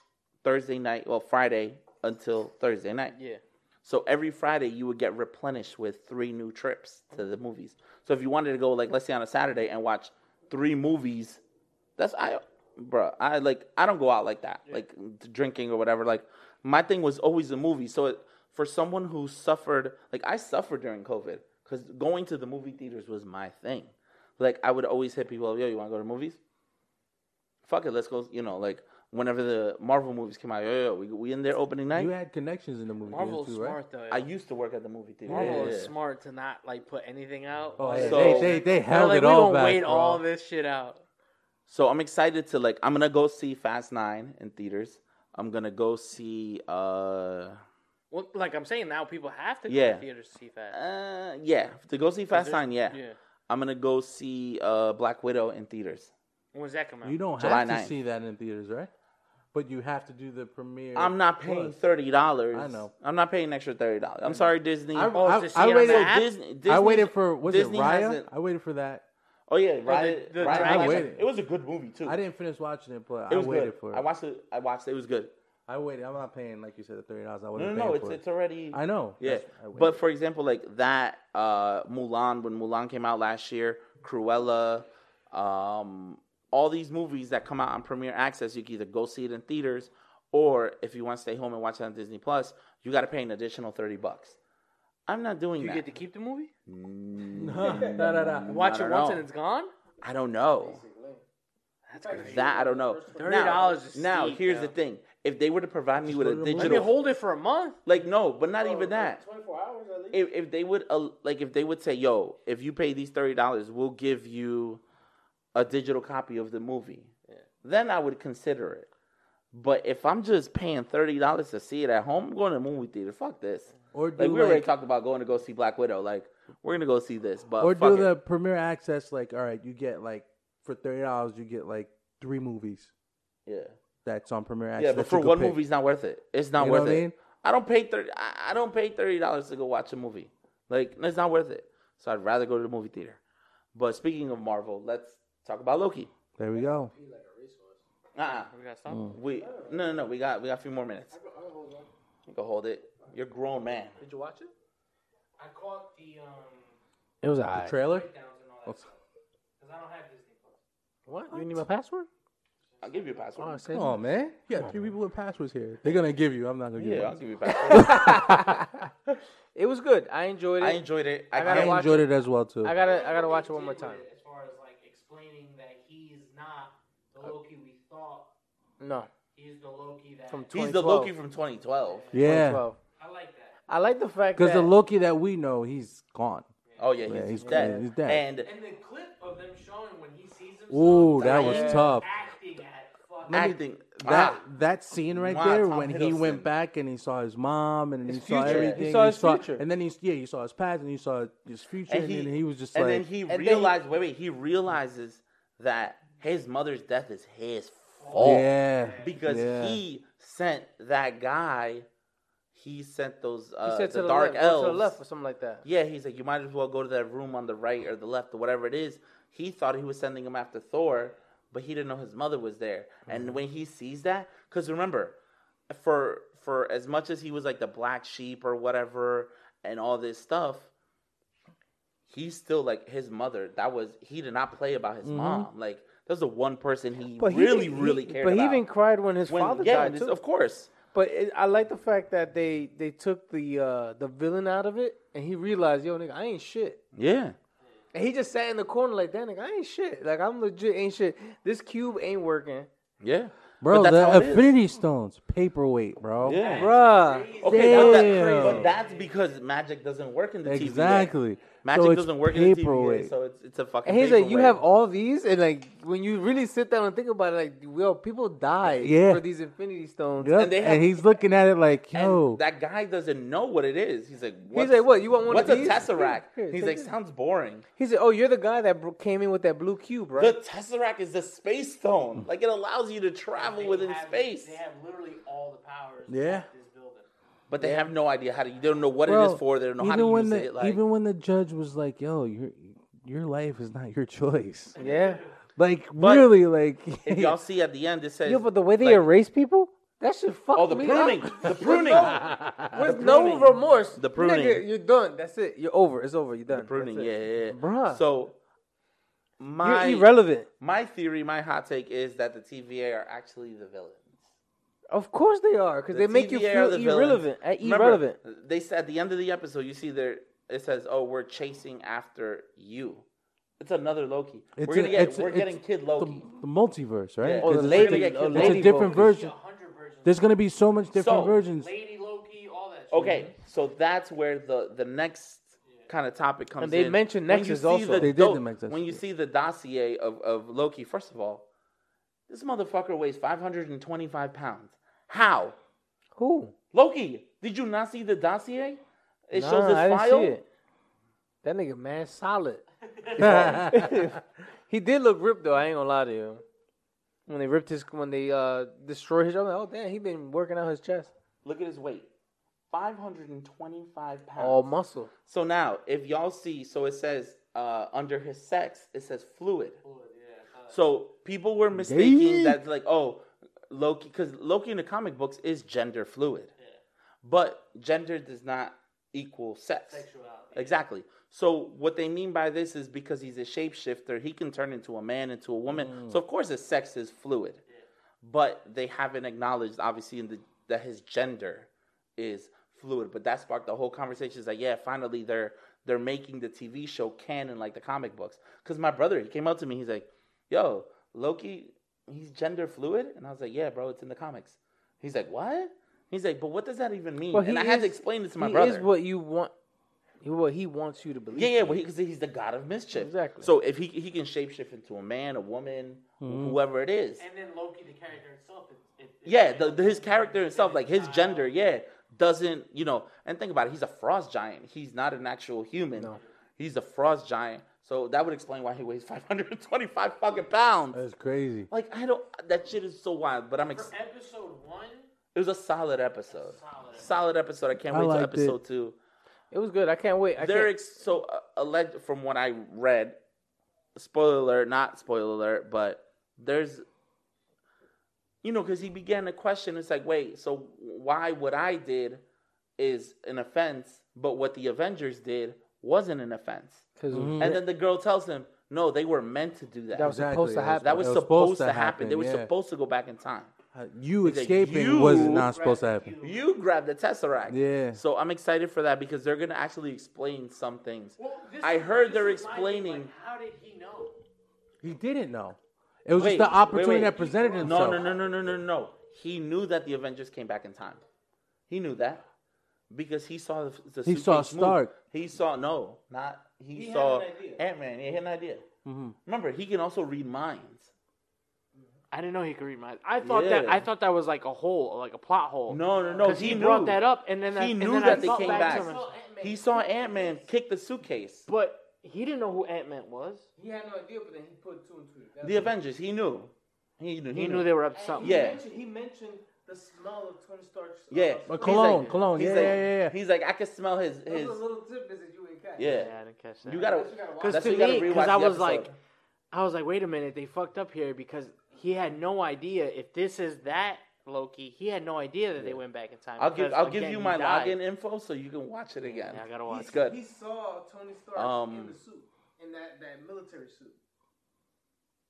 [SPEAKER 3] Thursday night, well Friday until Thursday night.
[SPEAKER 2] yeah.
[SPEAKER 3] So every Friday you would get replenished with three new trips to the movies. So if you wanted to go like let's say on a Saturday and watch three movies, that's I bruh, I like I don't go out like that. Like drinking or whatever. Like my thing was always the movie. So it, for someone who suffered like I suffered during COVID cuz going to the movie theaters was my thing. Like I would always hit people, "Yo, you want to go to movies?" Fuck it, let's go, you know, like whenever the Marvel movies came out, yo, yo, we, we in there opening night.
[SPEAKER 4] You had connections in the movie
[SPEAKER 2] Marvel is
[SPEAKER 4] theater too, right?
[SPEAKER 2] smart though.
[SPEAKER 3] I used to work at the movie theater.
[SPEAKER 2] Marvel
[SPEAKER 3] Yeah.
[SPEAKER 2] is smart to not like put anything out.
[SPEAKER 4] Oh, yeah.
[SPEAKER 3] So-
[SPEAKER 4] they, they they
[SPEAKER 2] They're
[SPEAKER 4] held
[SPEAKER 2] like,
[SPEAKER 4] it
[SPEAKER 2] we
[SPEAKER 4] all
[SPEAKER 2] gonna
[SPEAKER 4] back.
[SPEAKER 2] wait
[SPEAKER 4] bro.
[SPEAKER 2] all this shit out.
[SPEAKER 3] So I'm excited to like. I'm gonna go see Fast Nine in theaters. I'm gonna go see. uh
[SPEAKER 2] Well, like I'm saying now, people have to go
[SPEAKER 3] Yeah.
[SPEAKER 2] to theaters to see that.
[SPEAKER 3] uh, yeah, to go see Fast Nine, yeah.
[SPEAKER 2] Yeah.
[SPEAKER 3] I'm gonna go see uh, Black Widow in theaters.
[SPEAKER 2] When does that come out?
[SPEAKER 4] You don't
[SPEAKER 3] July
[SPEAKER 4] have to
[SPEAKER 3] 9th.
[SPEAKER 4] see that in theaters, right? But you have to do the premiere.
[SPEAKER 3] I'm not paying
[SPEAKER 4] Plus.
[SPEAKER 3] thirty dollars.
[SPEAKER 4] I know.
[SPEAKER 3] I'm not paying an extra thirty dollars. I'm sorry, Disney.
[SPEAKER 4] I,
[SPEAKER 2] Oh,
[SPEAKER 4] I,
[SPEAKER 2] to see
[SPEAKER 4] I
[SPEAKER 2] it on
[SPEAKER 4] waited.
[SPEAKER 2] the app?
[SPEAKER 3] Disney, Disney.
[SPEAKER 4] I waited for was
[SPEAKER 3] Disney
[SPEAKER 4] it Raya?
[SPEAKER 3] hasn't-
[SPEAKER 4] I waited for that.
[SPEAKER 3] Oh yeah, Riot.
[SPEAKER 2] the
[SPEAKER 3] Riot
[SPEAKER 2] dragon-
[SPEAKER 3] Black-
[SPEAKER 4] I waited.
[SPEAKER 3] It was a good movie too.
[SPEAKER 4] I didn't finish watching it, but
[SPEAKER 3] It
[SPEAKER 4] I
[SPEAKER 3] was
[SPEAKER 4] waited
[SPEAKER 3] good.
[SPEAKER 4] for it.
[SPEAKER 3] I watched it. I watched it. It was good.
[SPEAKER 4] I waited. I'm not paying like you said the thirty dollars. I
[SPEAKER 3] No,
[SPEAKER 4] wasn't
[SPEAKER 3] no, no.
[SPEAKER 4] paying
[SPEAKER 3] It's
[SPEAKER 4] for
[SPEAKER 3] it's
[SPEAKER 4] it.
[SPEAKER 3] already.
[SPEAKER 4] I know.
[SPEAKER 3] Yeah,
[SPEAKER 4] That's- I
[SPEAKER 3] but
[SPEAKER 4] waited.
[SPEAKER 3] for example, like that uh, Mulan when Mulan came out last year, Cruella, um, all these movies that come out on Premiere Access, you can either go see it in theaters, or if you want to stay home and watch it on Disney Plus, you got to pay an additional thirty bucks. I'm not doing
[SPEAKER 2] you
[SPEAKER 3] that.
[SPEAKER 2] get to keep the movie?
[SPEAKER 4] no, no, no.
[SPEAKER 2] Watch
[SPEAKER 3] I
[SPEAKER 2] it once
[SPEAKER 3] don't know.
[SPEAKER 2] and it's gone?
[SPEAKER 3] I don't know.
[SPEAKER 2] That's crazy.
[SPEAKER 3] That I don't know.
[SPEAKER 2] $30 is
[SPEAKER 3] Now, now
[SPEAKER 2] steep,
[SPEAKER 3] here's
[SPEAKER 2] yo.
[SPEAKER 3] the thing: if they were to provide me with a
[SPEAKER 4] order the movie.
[SPEAKER 2] Let me
[SPEAKER 3] digital,
[SPEAKER 2] hold it for a month.
[SPEAKER 3] like no, but not even that.
[SPEAKER 1] Twenty four Oh, hours at least.
[SPEAKER 3] if, if they would uh, like if they would say yo if you pay these $30 we'll give you a digital copy of the movie then i would consider it but if i'm just paying $30 to see it at home i'm going to the movie theater fuck this
[SPEAKER 4] Or
[SPEAKER 3] like
[SPEAKER 4] do
[SPEAKER 3] we
[SPEAKER 4] like,
[SPEAKER 3] already talked about going to go see black widow like we're gonna go see this but
[SPEAKER 4] or
[SPEAKER 3] fuck
[SPEAKER 4] do
[SPEAKER 3] it.
[SPEAKER 4] the premiere access like all right, you get like for thirty dollars you get like three movies
[SPEAKER 3] Yeah.
[SPEAKER 4] that's on premiere. Access
[SPEAKER 3] Yeah, but
[SPEAKER 4] that
[SPEAKER 3] for
[SPEAKER 4] you could
[SPEAKER 3] one
[SPEAKER 4] pick.
[SPEAKER 3] movie, it's not worth it. It's not
[SPEAKER 4] You know
[SPEAKER 3] worth
[SPEAKER 4] what I
[SPEAKER 3] it.
[SPEAKER 4] mean?
[SPEAKER 3] I don't pay thirty. I, I don't pay thirty dollars to go watch a movie. Like it's not worth it. So I'd rather go to the movie theater. But speaking of Marvel, let's talk about Loki.
[SPEAKER 4] There we go.
[SPEAKER 3] Uh-uh.
[SPEAKER 2] We gotta stop.
[SPEAKER 3] We no no no. We got we got a few more minutes. You can hold it. You're a grown man.
[SPEAKER 4] Did you watch it?
[SPEAKER 6] I caught the um
[SPEAKER 1] It was alright.
[SPEAKER 4] Trailer?
[SPEAKER 6] breakdowns and all that stuff. 'Cause I don't have Disney Plus.
[SPEAKER 1] what? You need my password?
[SPEAKER 3] I'll give you a
[SPEAKER 1] Oh,
[SPEAKER 3] password.
[SPEAKER 1] say
[SPEAKER 4] Come on, man. You got three people with passwords here. They're gonna give you. I'm not gonna give
[SPEAKER 3] yeah, I'll
[SPEAKER 4] you.
[SPEAKER 3] give you a password.
[SPEAKER 1] it was good. I enjoyed it.
[SPEAKER 3] I
[SPEAKER 1] I,
[SPEAKER 3] enjoyed it. I,
[SPEAKER 1] I gotta
[SPEAKER 3] can't.
[SPEAKER 1] watch
[SPEAKER 4] enjoyed it as well too.
[SPEAKER 1] gotta, I
[SPEAKER 6] What
[SPEAKER 1] gotta
[SPEAKER 6] they
[SPEAKER 1] watch it one
[SPEAKER 6] did
[SPEAKER 1] more
[SPEAKER 6] with
[SPEAKER 1] time.
[SPEAKER 6] it As far as like explaining that he's not
[SPEAKER 2] Uh,
[SPEAKER 6] the Loki we thought,
[SPEAKER 1] No,
[SPEAKER 6] he's the Loki that
[SPEAKER 1] From tw-
[SPEAKER 3] He's the
[SPEAKER 1] 2012.
[SPEAKER 3] Loki from 2012.
[SPEAKER 4] yeah,
[SPEAKER 1] 2012.
[SPEAKER 6] I like that.
[SPEAKER 1] I like the fact
[SPEAKER 4] because
[SPEAKER 1] that
[SPEAKER 4] the Loki that we know, he's gone.
[SPEAKER 3] Oh yeah, he's,
[SPEAKER 4] Yeah, he's
[SPEAKER 3] dead.
[SPEAKER 4] crazy. He's dead.
[SPEAKER 3] And
[SPEAKER 6] And the clip of them showing when he sees himself.
[SPEAKER 4] Ooh, that was
[SPEAKER 1] Yeah.
[SPEAKER 4] tough.
[SPEAKER 6] Acting at fucking.
[SPEAKER 3] acting
[SPEAKER 4] That
[SPEAKER 3] ah,
[SPEAKER 4] that scene right
[SPEAKER 3] Wow,
[SPEAKER 4] there
[SPEAKER 3] Tom
[SPEAKER 4] when he
[SPEAKER 3] Hiddleston.
[SPEAKER 4] went back and he saw his mom and he
[SPEAKER 1] His
[SPEAKER 4] saw
[SPEAKER 1] future. He
[SPEAKER 4] everything.
[SPEAKER 1] saw
[SPEAKER 4] he
[SPEAKER 1] his future.
[SPEAKER 4] and then he yeah, he saw his past and he saw his future, and, then he was just
[SPEAKER 3] and
[SPEAKER 4] like,
[SPEAKER 3] then he
[SPEAKER 1] and then he-
[SPEAKER 3] realized. wait, wait. He realizes that his mother's death is his fault.
[SPEAKER 4] yeah,
[SPEAKER 3] because
[SPEAKER 4] yeah.
[SPEAKER 3] he sent that guy. He sent those uh,
[SPEAKER 1] he said
[SPEAKER 3] the,
[SPEAKER 1] to the
[SPEAKER 3] dark
[SPEAKER 1] left,
[SPEAKER 3] elves.
[SPEAKER 1] or to the left or something like that.
[SPEAKER 3] Yeah, he's like, you might as well go to that room on the right or the left or whatever it is. He thought he was sending him after Thor, but he didn't know his mother was there.
[SPEAKER 1] Mm-hmm.
[SPEAKER 3] And when he sees that, because remember, for for as much as he was like the black sheep or whatever and all this stuff, he's still like his mother. That was he did not play about his mom. Like that was the one person he really
[SPEAKER 1] Mm-hmm. he,
[SPEAKER 3] really
[SPEAKER 1] he,
[SPEAKER 3] cared
[SPEAKER 1] But
[SPEAKER 3] about.
[SPEAKER 1] he even cried when his
[SPEAKER 3] When-
[SPEAKER 1] father
[SPEAKER 3] yeah,
[SPEAKER 1] died
[SPEAKER 3] this-
[SPEAKER 1] too.
[SPEAKER 3] of course.
[SPEAKER 1] But it, I like the fact that they they took the uh, the villain out of it, and he realized, yo, nigga, I ain't shit.
[SPEAKER 3] Yeah.
[SPEAKER 1] And he just sat in the corner like that, nigga, I ain't shit. Like I'm legit ain't shit. This cube ain't working,
[SPEAKER 3] Yeah.
[SPEAKER 4] bro.
[SPEAKER 3] But that's how it
[SPEAKER 4] The
[SPEAKER 3] is.
[SPEAKER 4] Affinity Stones paperweight, bro.
[SPEAKER 3] Yeah.
[SPEAKER 1] bruh.
[SPEAKER 3] Okay, now that,
[SPEAKER 4] Damn.
[SPEAKER 3] but that's because magic doesn't work in the TV. yet.
[SPEAKER 4] Exactly.
[SPEAKER 3] Magic
[SPEAKER 4] so it's
[SPEAKER 3] doesn't work in the TV,
[SPEAKER 4] paperweight.
[SPEAKER 3] yet, so it's it's a fucking.
[SPEAKER 1] And he's like, you
[SPEAKER 3] paperweight.
[SPEAKER 1] have all these, and like when you really sit down and think about it, like, well, people died
[SPEAKER 4] Yeah.
[SPEAKER 1] for these Infinity Stones.
[SPEAKER 4] Yep,
[SPEAKER 3] and
[SPEAKER 4] and,
[SPEAKER 3] they have-
[SPEAKER 4] he's looking at it like,
[SPEAKER 3] And
[SPEAKER 4] yo,
[SPEAKER 3] that guy doesn't know what it is. He's like, what's,
[SPEAKER 1] like, what, you want one of
[SPEAKER 3] What's
[SPEAKER 1] these?
[SPEAKER 3] a tesseract?
[SPEAKER 1] Here,
[SPEAKER 3] he's
[SPEAKER 1] take
[SPEAKER 3] like,
[SPEAKER 1] this.
[SPEAKER 3] sounds boring.
[SPEAKER 1] He said, "Oh, you're the guy that bro- came in with that blue cube, right?"
[SPEAKER 3] The tesseract is the space stone. Like it allows you to travel
[SPEAKER 6] They
[SPEAKER 3] within
[SPEAKER 6] have-
[SPEAKER 3] space,
[SPEAKER 6] They have literally all the powers.
[SPEAKER 4] Yeah.
[SPEAKER 6] Of this building.
[SPEAKER 3] but they have no idea how to. They don't know what
[SPEAKER 4] bro,
[SPEAKER 3] it is for. They don't know how
[SPEAKER 4] even
[SPEAKER 3] to
[SPEAKER 4] when
[SPEAKER 3] use
[SPEAKER 4] the,
[SPEAKER 3] it. Like
[SPEAKER 4] even when the judge was like, yo, your your life is not your choice.
[SPEAKER 1] yeah,
[SPEAKER 4] Like really, like
[SPEAKER 3] if y'all see at the end, it says
[SPEAKER 1] yeah, but the way they
[SPEAKER 3] like-
[SPEAKER 1] erase people, that should fuck
[SPEAKER 3] oh the
[SPEAKER 1] me
[SPEAKER 3] pruning,
[SPEAKER 1] up.
[SPEAKER 3] the pruning,
[SPEAKER 1] With no remorse.
[SPEAKER 3] The pruning.
[SPEAKER 1] Nigga, you're done. That's it. You're over. It's over. You're done.
[SPEAKER 3] the pruning.
[SPEAKER 1] That's
[SPEAKER 3] Yeah,
[SPEAKER 1] it.
[SPEAKER 3] yeah, yeah.
[SPEAKER 1] Bruh.
[SPEAKER 3] So my
[SPEAKER 1] you're irrelevant.
[SPEAKER 3] my theory, my hot take is that the TVA are actually the villains.
[SPEAKER 1] Of course they are, because
[SPEAKER 3] The
[SPEAKER 1] they make you
[SPEAKER 3] TVA are
[SPEAKER 1] feel
[SPEAKER 3] the
[SPEAKER 1] irrelevant.
[SPEAKER 3] villains.
[SPEAKER 1] uh,
[SPEAKER 3] Remember,
[SPEAKER 1] irrelevant.
[SPEAKER 3] They said at the end of the episode, you see there it says, "Oh, we're chasing after you." It's another Loki. we're gonna
[SPEAKER 4] a-
[SPEAKER 3] get
[SPEAKER 4] it's-
[SPEAKER 3] we're
[SPEAKER 4] it's
[SPEAKER 3] getting Kid
[SPEAKER 4] the,
[SPEAKER 3] Loki.
[SPEAKER 4] the multiverse, right?
[SPEAKER 3] Yeah.
[SPEAKER 1] Or
[SPEAKER 4] 'Cause
[SPEAKER 1] the
[SPEAKER 4] it's
[SPEAKER 1] lady,
[SPEAKER 4] like
[SPEAKER 3] get
[SPEAKER 4] a-
[SPEAKER 1] or
[SPEAKER 3] killed.
[SPEAKER 4] it's
[SPEAKER 1] lady
[SPEAKER 4] a different
[SPEAKER 1] Vulcan.
[SPEAKER 4] version.
[SPEAKER 6] A hundred versions.
[SPEAKER 4] There's gonna be so much different
[SPEAKER 3] So,
[SPEAKER 4] versions.
[SPEAKER 6] Lady Loki, all that. Shit.
[SPEAKER 3] okay,
[SPEAKER 1] Mm-hmm.
[SPEAKER 3] so that's where the the next kind of topic comes.
[SPEAKER 1] And they
[SPEAKER 3] in.
[SPEAKER 1] mentioned
[SPEAKER 3] When you
[SPEAKER 1] Nexus
[SPEAKER 3] see
[SPEAKER 1] also.
[SPEAKER 3] The,
[SPEAKER 4] They did
[SPEAKER 3] do-
[SPEAKER 4] the Nexus,
[SPEAKER 3] When you
[SPEAKER 4] yeah.
[SPEAKER 3] see the dossier of of Loki, first of all, this motherfucker weighs 525 pounds. How?
[SPEAKER 1] Who?
[SPEAKER 3] Loki, did you not see the dossier? It
[SPEAKER 1] Nah,
[SPEAKER 3] shows his
[SPEAKER 1] I didn't
[SPEAKER 3] file.
[SPEAKER 1] see it. That nigga man solid. he did look ripped though. I ain't gonna lie to you. When they ripped his, when they uh destroyed his, I'm like, oh damn, he been working out his chest,
[SPEAKER 3] Look at his weight. 525 pounds.
[SPEAKER 1] all muscle.
[SPEAKER 3] so now, if y'all see, so it says uh, under his sex, it says fluid. So people were mistaking that, like, oh, Loki, because Loki in the comic books is gender fluid. But gender does not equal sex.
[SPEAKER 6] Sexuality.
[SPEAKER 3] Exactly. So what they mean by this is because he's a shapeshifter, he can turn into a man, into a woman. So of course his sex is fluid. But they haven't acknowledged obviously in the that his gender is fluid. But that sparked the whole conversation. It's like, yeah, finally they're they're making the TV show canon like the comic books. Because my brother, he came up to me, he's like, Yo, Loki, he's gender fluid? And I was like, Yeah, bro, it's in the comics. He's like, What? He's like, But what does that even mean?
[SPEAKER 1] Well, he
[SPEAKER 3] and I had to
[SPEAKER 1] is-
[SPEAKER 3] explain it to my
[SPEAKER 1] he
[SPEAKER 3] brother.
[SPEAKER 1] is what you want. he- What he wants you to believe.
[SPEAKER 3] Yeah, yeah, well, because he's the god of mischief.
[SPEAKER 1] Exactly.
[SPEAKER 3] So if he he can shapeshift into a man, a woman,
[SPEAKER 4] Mm-hmm.
[SPEAKER 3] whoever it is.
[SPEAKER 6] And then Loki, the character himself. It, it, it-
[SPEAKER 3] yeah, the, the, his character himself, like his gender, yeah, doesn't you know? And think about it. He's a frost giant. He's not an actual human. He's a frost giant. So that would explain why he weighs 525 fucking pounds.
[SPEAKER 4] That's crazy.
[SPEAKER 3] Like I don't. That shit is so wild. But I'm. Ex-
[SPEAKER 6] For episode one,
[SPEAKER 3] it was a solid episode.
[SPEAKER 6] solid.
[SPEAKER 3] Solid episode. I can't
[SPEAKER 4] I
[SPEAKER 3] wait till
[SPEAKER 4] liked it.
[SPEAKER 3] episode two.
[SPEAKER 1] It was good. I can't wait. I
[SPEAKER 3] They're
[SPEAKER 1] can't,
[SPEAKER 3] ex- so uh, alleged from what I read. Spoiler alert, not spoiler alert, but there's. You know, because he began to question. It's like, wait, so why what I did is an offense, but what the Avengers did wasn't an offense.
[SPEAKER 1] 'cause
[SPEAKER 3] And then the girl tells him, no, they were meant to do Mm. that.
[SPEAKER 1] that was supposed to happen.
[SPEAKER 3] That was
[SPEAKER 4] It
[SPEAKER 3] supposed, to happen. They were
[SPEAKER 4] yeah.
[SPEAKER 3] supposed to go back in time.
[SPEAKER 4] Uh, You
[SPEAKER 3] He's like,
[SPEAKER 4] escaping
[SPEAKER 3] "You
[SPEAKER 4] was not supposed to happen.
[SPEAKER 3] You grabbed the Tesseract.
[SPEAKER 4] Yeah.
[SPEAKER 3] So I'm excited for that because they're gonna actually explain some things.
[SPEAKER 6] Well, this
[SPEAKER 3] I
[SPEAKER 6] is-
[SPEAKER 3] heard
[SPEAKER 6] this
[SPEAKER 3] they're
[SPEAKER 6] is my thing,
[SPEAKER 3] explaining-
[SPEAKER 6] Like, how did he know?
[SPEAKER 4] He didn't know. It was
[SPEAKER 3] Wait,
[SPEAKER 4] just the
[SPEAKER 3] wait,
[SPEAKER 4] opportunity
[SPEAKER 3] wait.
[SPEAKER 4] that presented
[SPEAKER 3] No,
[SPEAKER 4] himself.
[SPEAKER 3] no, no, no, no, no, no. He knew that the Avengers came back in time. He knew that because he saw the, the
[SPEAKER 4] He saw
[SPEAKER 3] suitcase
[SPEAKER 4] Stark.
[SPEAKER 3] Move. He saw no, not he,
[SPEAKER 6] He had
[SPEAKER 3] saw
[SPEAKER 6] an idea.
[SPEAKER 3] Ant Man. He had an idea.
[SPEAKER 4] Mm-hmm.
[SPEAKER 3] Remember, he can also read minds.
[SPEAKER 2] I didn't know he could read my. I thought that
[SPEAKER 3] Yeah.
[SPEAKER 2] I thought that was like a hole, like a plot hole.
[SPEAKER 3] No, no, no.
[SPEAKER 2] 'Cause he, brought
[SPEAKER 3] knew.
[SPEAKER 2] that up, and then I-
[SPEAKER 3] he
[SPEAKER 2] and
[SPEAKER 3] knew
[SPEAKER 2] then I
[SPEAKER 3] that they
[SPEAKER 2] thought
[SPEAKER 3] came
[SPEAKER 2] back
[SPEAKER 3] back.
[SPEAKER 2] to him.
[SPEAKER 3] He saw Ant Man kick the suitcase.
[SPEAKER 2] But he didn't know who Ant Man was.
[SPEAKER 1] he had no idea, but then he put two and two.
[SPEAKER 3] The Avengers. He knew. He knew.
[SPEAKER 2] He knew they were up to something.
[SPEAKER 3] Yeah.
[SPEAKER 1] he mentioned the smell of Tony Stark's.
[SPEAKER 3] Yeah.
[SPEAKER 1] uh,
[SPEAKER 4] But
[SPEAKER 3] He's
[SPEAKER 4] cologne,
[SPEAKER 3] like-
[SPEAKER 4] cologne,
[SPEAKER 3] he's
[SPEAKER 4] yeah,
[SPEAKER 3] like-
[SPEAKER 4] yeah, yeah, yeah.
[SPEAKER 3] He's like, I can smell his
[SPEAKER 1] those
[SPEAKER 3] his.
[SPEAKER 1] are little tidbits that you ain't catch.
[SPEAKER 3] Yeah.
[SPEAKER 2] Yeah, I didn't catch that.
[SPEAKER 3] You gotta.
[SPEAKER 1] That's what you gotta watch.
[SPEAKER 2] Because
[SPEAKER 3] That's
[SPEAKER 2] to
[SPEAKER 3] what you gotta
[SPEAKER 2] me,
[SPEAKER 3] rewatch
[SPEAKER 2] because I
[SPEAKER 3] the
[SPEAKER 2] was
[SPEAKER 3] episode.
[SPEAKER 2] like, I was like, wait a minute, they fucked up here because he had no idea if this is that Loki. He had no idea that they went back in time.
[SPEAKER 3] I'll give
[SPEAKER 2] because,
[SPEAKER 3] I'll give
[SPEAKER 2] again,
[SPEAKER 3] you
[SPEAKER 2] he
[SPEAKER 3] my
[SPEAKER 2] died.
[SPEAKER 3] login info so you can watch it again.
[SPEAKER 2] Yeah, I gotta watch.
[SPEAKER 3] It's good.
[SPEAKER 1] He saw Tony Stark in
[SPEAKER 3] Um,
[SPEAKER 1] the suit, in that, that military suit.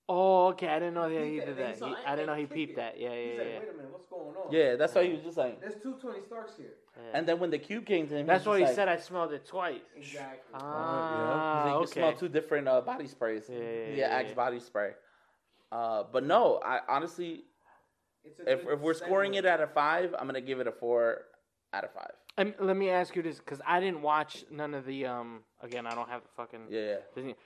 [SPEAKER 2] Oh, okay. I didn't know that
[SPEAKER 1] He
[SPEAKER 2] he
[SPEAKER 1] did that.
[SPEAKER 2] did that.
[SPEAKER 1] He saw
[SPEAKER 2] He-
[SPEAKER 1] Ant-Man
[SPEAKER 2] I didn't know he
[SPEAKER 1] kick
[SPEAKER 2] peeped
[SPEAKER 1] it.
[SPEAKER 2] that. Yeah, yeah,
[SPEAKER 1] He's like,
[SPEAKER 2] yeah.
[SPEAKER 1] wait a minute, what's going on?
[SPEAKER 3] Yeah, that's why he was just like.
[SPEAKER 1] There's two Tony Starks here.
[SPEAKER 2] yeah.
[SPEAKER 3] And then when the cube came to him,
[SPEAKER 2] That's
[SPEAKER 3] was
[SPEAKER 2] why he
[SPEAKER 3] just
[SPEAKER 2] said
[SPEAKER 3] like,
[SPEAKER 2] I smelled it twice.
[SPEAKER 1] Exactly.
[SPEAKER 3] Uh,
[SPEAKER 2] Ah,
[SPEAKER 3] He's like, you
[SPEAKER 2] okay.
[SPEAKER 3] smell two different uh, body sprays.
[SPEAKER 2] Yeah, yeah,
[SPEAKER 3] yeah,
[SPEAKER 2] yeah,
[SPEAKER 3] Axe
[SPEAKER 2] yeah.
[SPEAKER 3] body spray. Uh, but no, I honestly,
[SPEAKER 1] It's a
[SPEAKER 3] if
[SPEAKER 1] good
[SPEAKER 3] if we're scoring
[SPEAKER 1] segue.
[SPEAKER 3] it at a five, I'm gonna give it a four out of five.
[SPEAKER 2] Um, let me ask you this, because I didn't watch none of the. Um, again, I don't have the fucking.
[SPEAKER 3] Yeah, yeah.
[SPEAKER 2] Disney.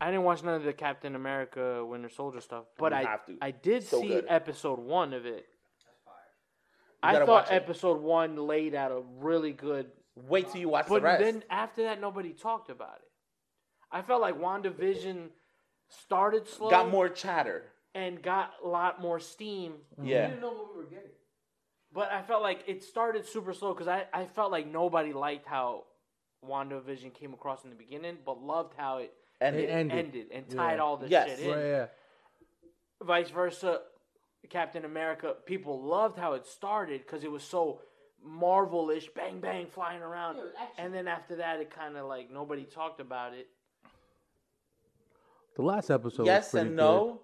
[SPEAKER 2] I didn't watch none of the Captain America Winter Soldier stuff, but
[SPEAKER 3] You
[SPEAKER 2] I
[SPEAKER 3] have to.
[SPEAKER 2] I did
[SPEAKER 3] So
[SPEAKER 2] see
[SPEAKER 3] good.
[SPEAKER 2] episode one of it.
[SPEAKER 3] You
[SPEAKER 2] I
[SPEAKER 3] gotta
[SPEAKER 2] thought
[SPEAKER 3] watch it.
[SPEAKER 2] episode one laid out a really good,
[SPEAKER 3] Wait till you watch
[SPEAKER 2] but
[SPEAKER 3] the rest.
[SPEAKER 2] then after that nobody talked about it. I felt like WandaVision started slow
[SPEAKER 3] Got more chatter.
[SPEAKER 2] and got a lot more steam,
[SPEAKER 3] Yeah.
[SPEAKER 1] didn't know what we were getting.
[SPEAKER 2] but I felt like it started super slow because I, I felt like nobody liked how WandaVision came across in the beginning, but loved how it,
[SPEAKER 3] And
[SPEAKER 2] it
[SPEAKER 3] it-
[SPEAKER 2] ended.
[SPEAKER 4] ended.
[SPEAKER 2] and tied all this
[SPEAKER 3] Yes.
[SPEAKER 2] shit in.
[SPEAKER 4] Yeah, yeah.
[SPEAKER 2] vice versa captain america people loved how it started because it was so marvelish bang bang flying around and then after that it kind of like nobody talked about it
[SPEAKER 4] The last episode. was
[SPEAKER 3] yes
[SPEAKER 4] pretty
[SPEAKER 3] and no,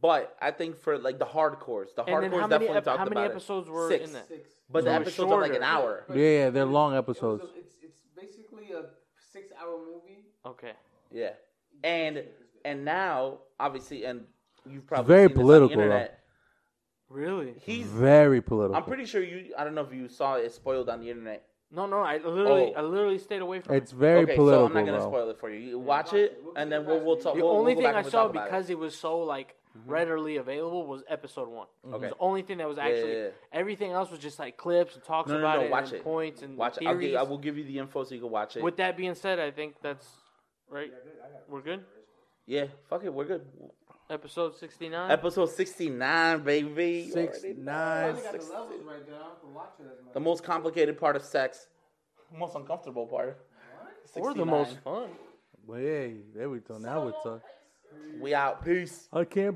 [SPEAKER 3] but I think for like the hardcores, the
[SPEAKER 2] and then
[SPEAKER 3] hardcores
[SPEAKER 2] how many,
[SPEAKER 3] definitely
[SPEAKER 2] ep-
[SPEAKER 3] talked
[SPEAKER 2] how many
[SPEAKER 3] about
[SPEAKER 2] episodes
[SPEAKER 3] it.
[SPEAKER 2] were
[SPEAKER 3] Six.
[SPEAKER 2] in that
[SPEAKER 3] But the
[SPEAKER 2] So it was
[SPEAKER 3] episodes are like
[SPEAKER 2] shorter.
[SPEAKER 3] an hour.
[SPEAKER 4] Good. Yeah, yeah, they're long
[SPEAKER 1] It was
[SPEAKER 4] episodes.
[SPEAKER 1] a- it's, it's basically a six hour movie.
[SPEAKER 2] okay
[SPEAKER 3] Yeah, and and now obviously, and you've probably
[SPEAKER 4] very
[SPEAKER 3] seen this on the
[SPEAKER 4] political, though.
[SPEAKER 3] internet,
[SPEAKER 2] really
[SPEAKER 3] He's.
[SPEAKER 4] Very political.
[SPEAKER 3] I'm pretty sure you. I don't know if you saw it spoiled on the internet.
[SPEAKER 2] no no i literally
[SPEAKER 3] Oh.
[SPEAKER 2] i literally stayed away from
[SPEAKER 4] it's
[SPEAKER 2] it
[SPEAKER 4] very
[SPEAKER 3] okay,
[SPEAKER 4] political.
[SPEAKER 3] so I'm not gonna
[SPEAKER 4] though.
[SPEAKER 3] spoil it for you. You watch it, and then we'll we'll talk.
[SPEAKER 2] the
[SPEAKER 3] we'll,
[SPEAKER 2] only
[SPEAKER 3] we'll
[SPEAKER 2] thing
[SPEAKER 3] go back
[SPEAKER 2] i
[SPEAKER 3] and we'll
[SPEAKER 2] saw
[SPEAKER 3] talk about it.
[SPEAKER 2] because
[SPEAKER 3] Mm-hmm.
[SPEAKER 2] it. was so like readily available was episode one it was
[SPEAKER 3] Okay.
[SPEAKER 2] the only thing that was actually
[SPEAKER 3] yeah, yeah.
[SPEAKER 2] everything else was just like clips and talks
[SPEAKER 3] No, no,
[SPEAKER 2] about
[SPEAKER 3] no,
[SPEAKER 2] it
[SPEAKER 3] watch
[SPEAKER 2] and
[SPEAKER 3] it.
[SPEAKER 2] points and
[SPEAKER 3] watch it. I'll
[SPEAKER 2] theories.
[SPEAKER 3] give, I will give you the info so you can watch it.
[SPEAKER 2] With that being said, I think that's right. We're good.
[SPEAKER 3] yeah, fuck it, we're good.
[SPEAKER 2] Episode sixty nine.
[SPEAKER 3] Episode 69, baby. You
[SPEAKER 4] Six,
[SPEAKER 3] already know.
[SPEAKER 4] nine.
[SPEAKER 1] I got
[SPEAKER 3] Six-
[SPEAKER 1] the levels right there. I don't have to watch it as much.
[SPEAKER 3] The most complicated part of sex. Most uncomfortable part.
[SPEAKER 2] or the most fun.
[SPEAKER 4] Well, yeah, there we go. Now we're talking.
[SPEAKER 3] We out. Peace.
[SPEAKER 4] I can't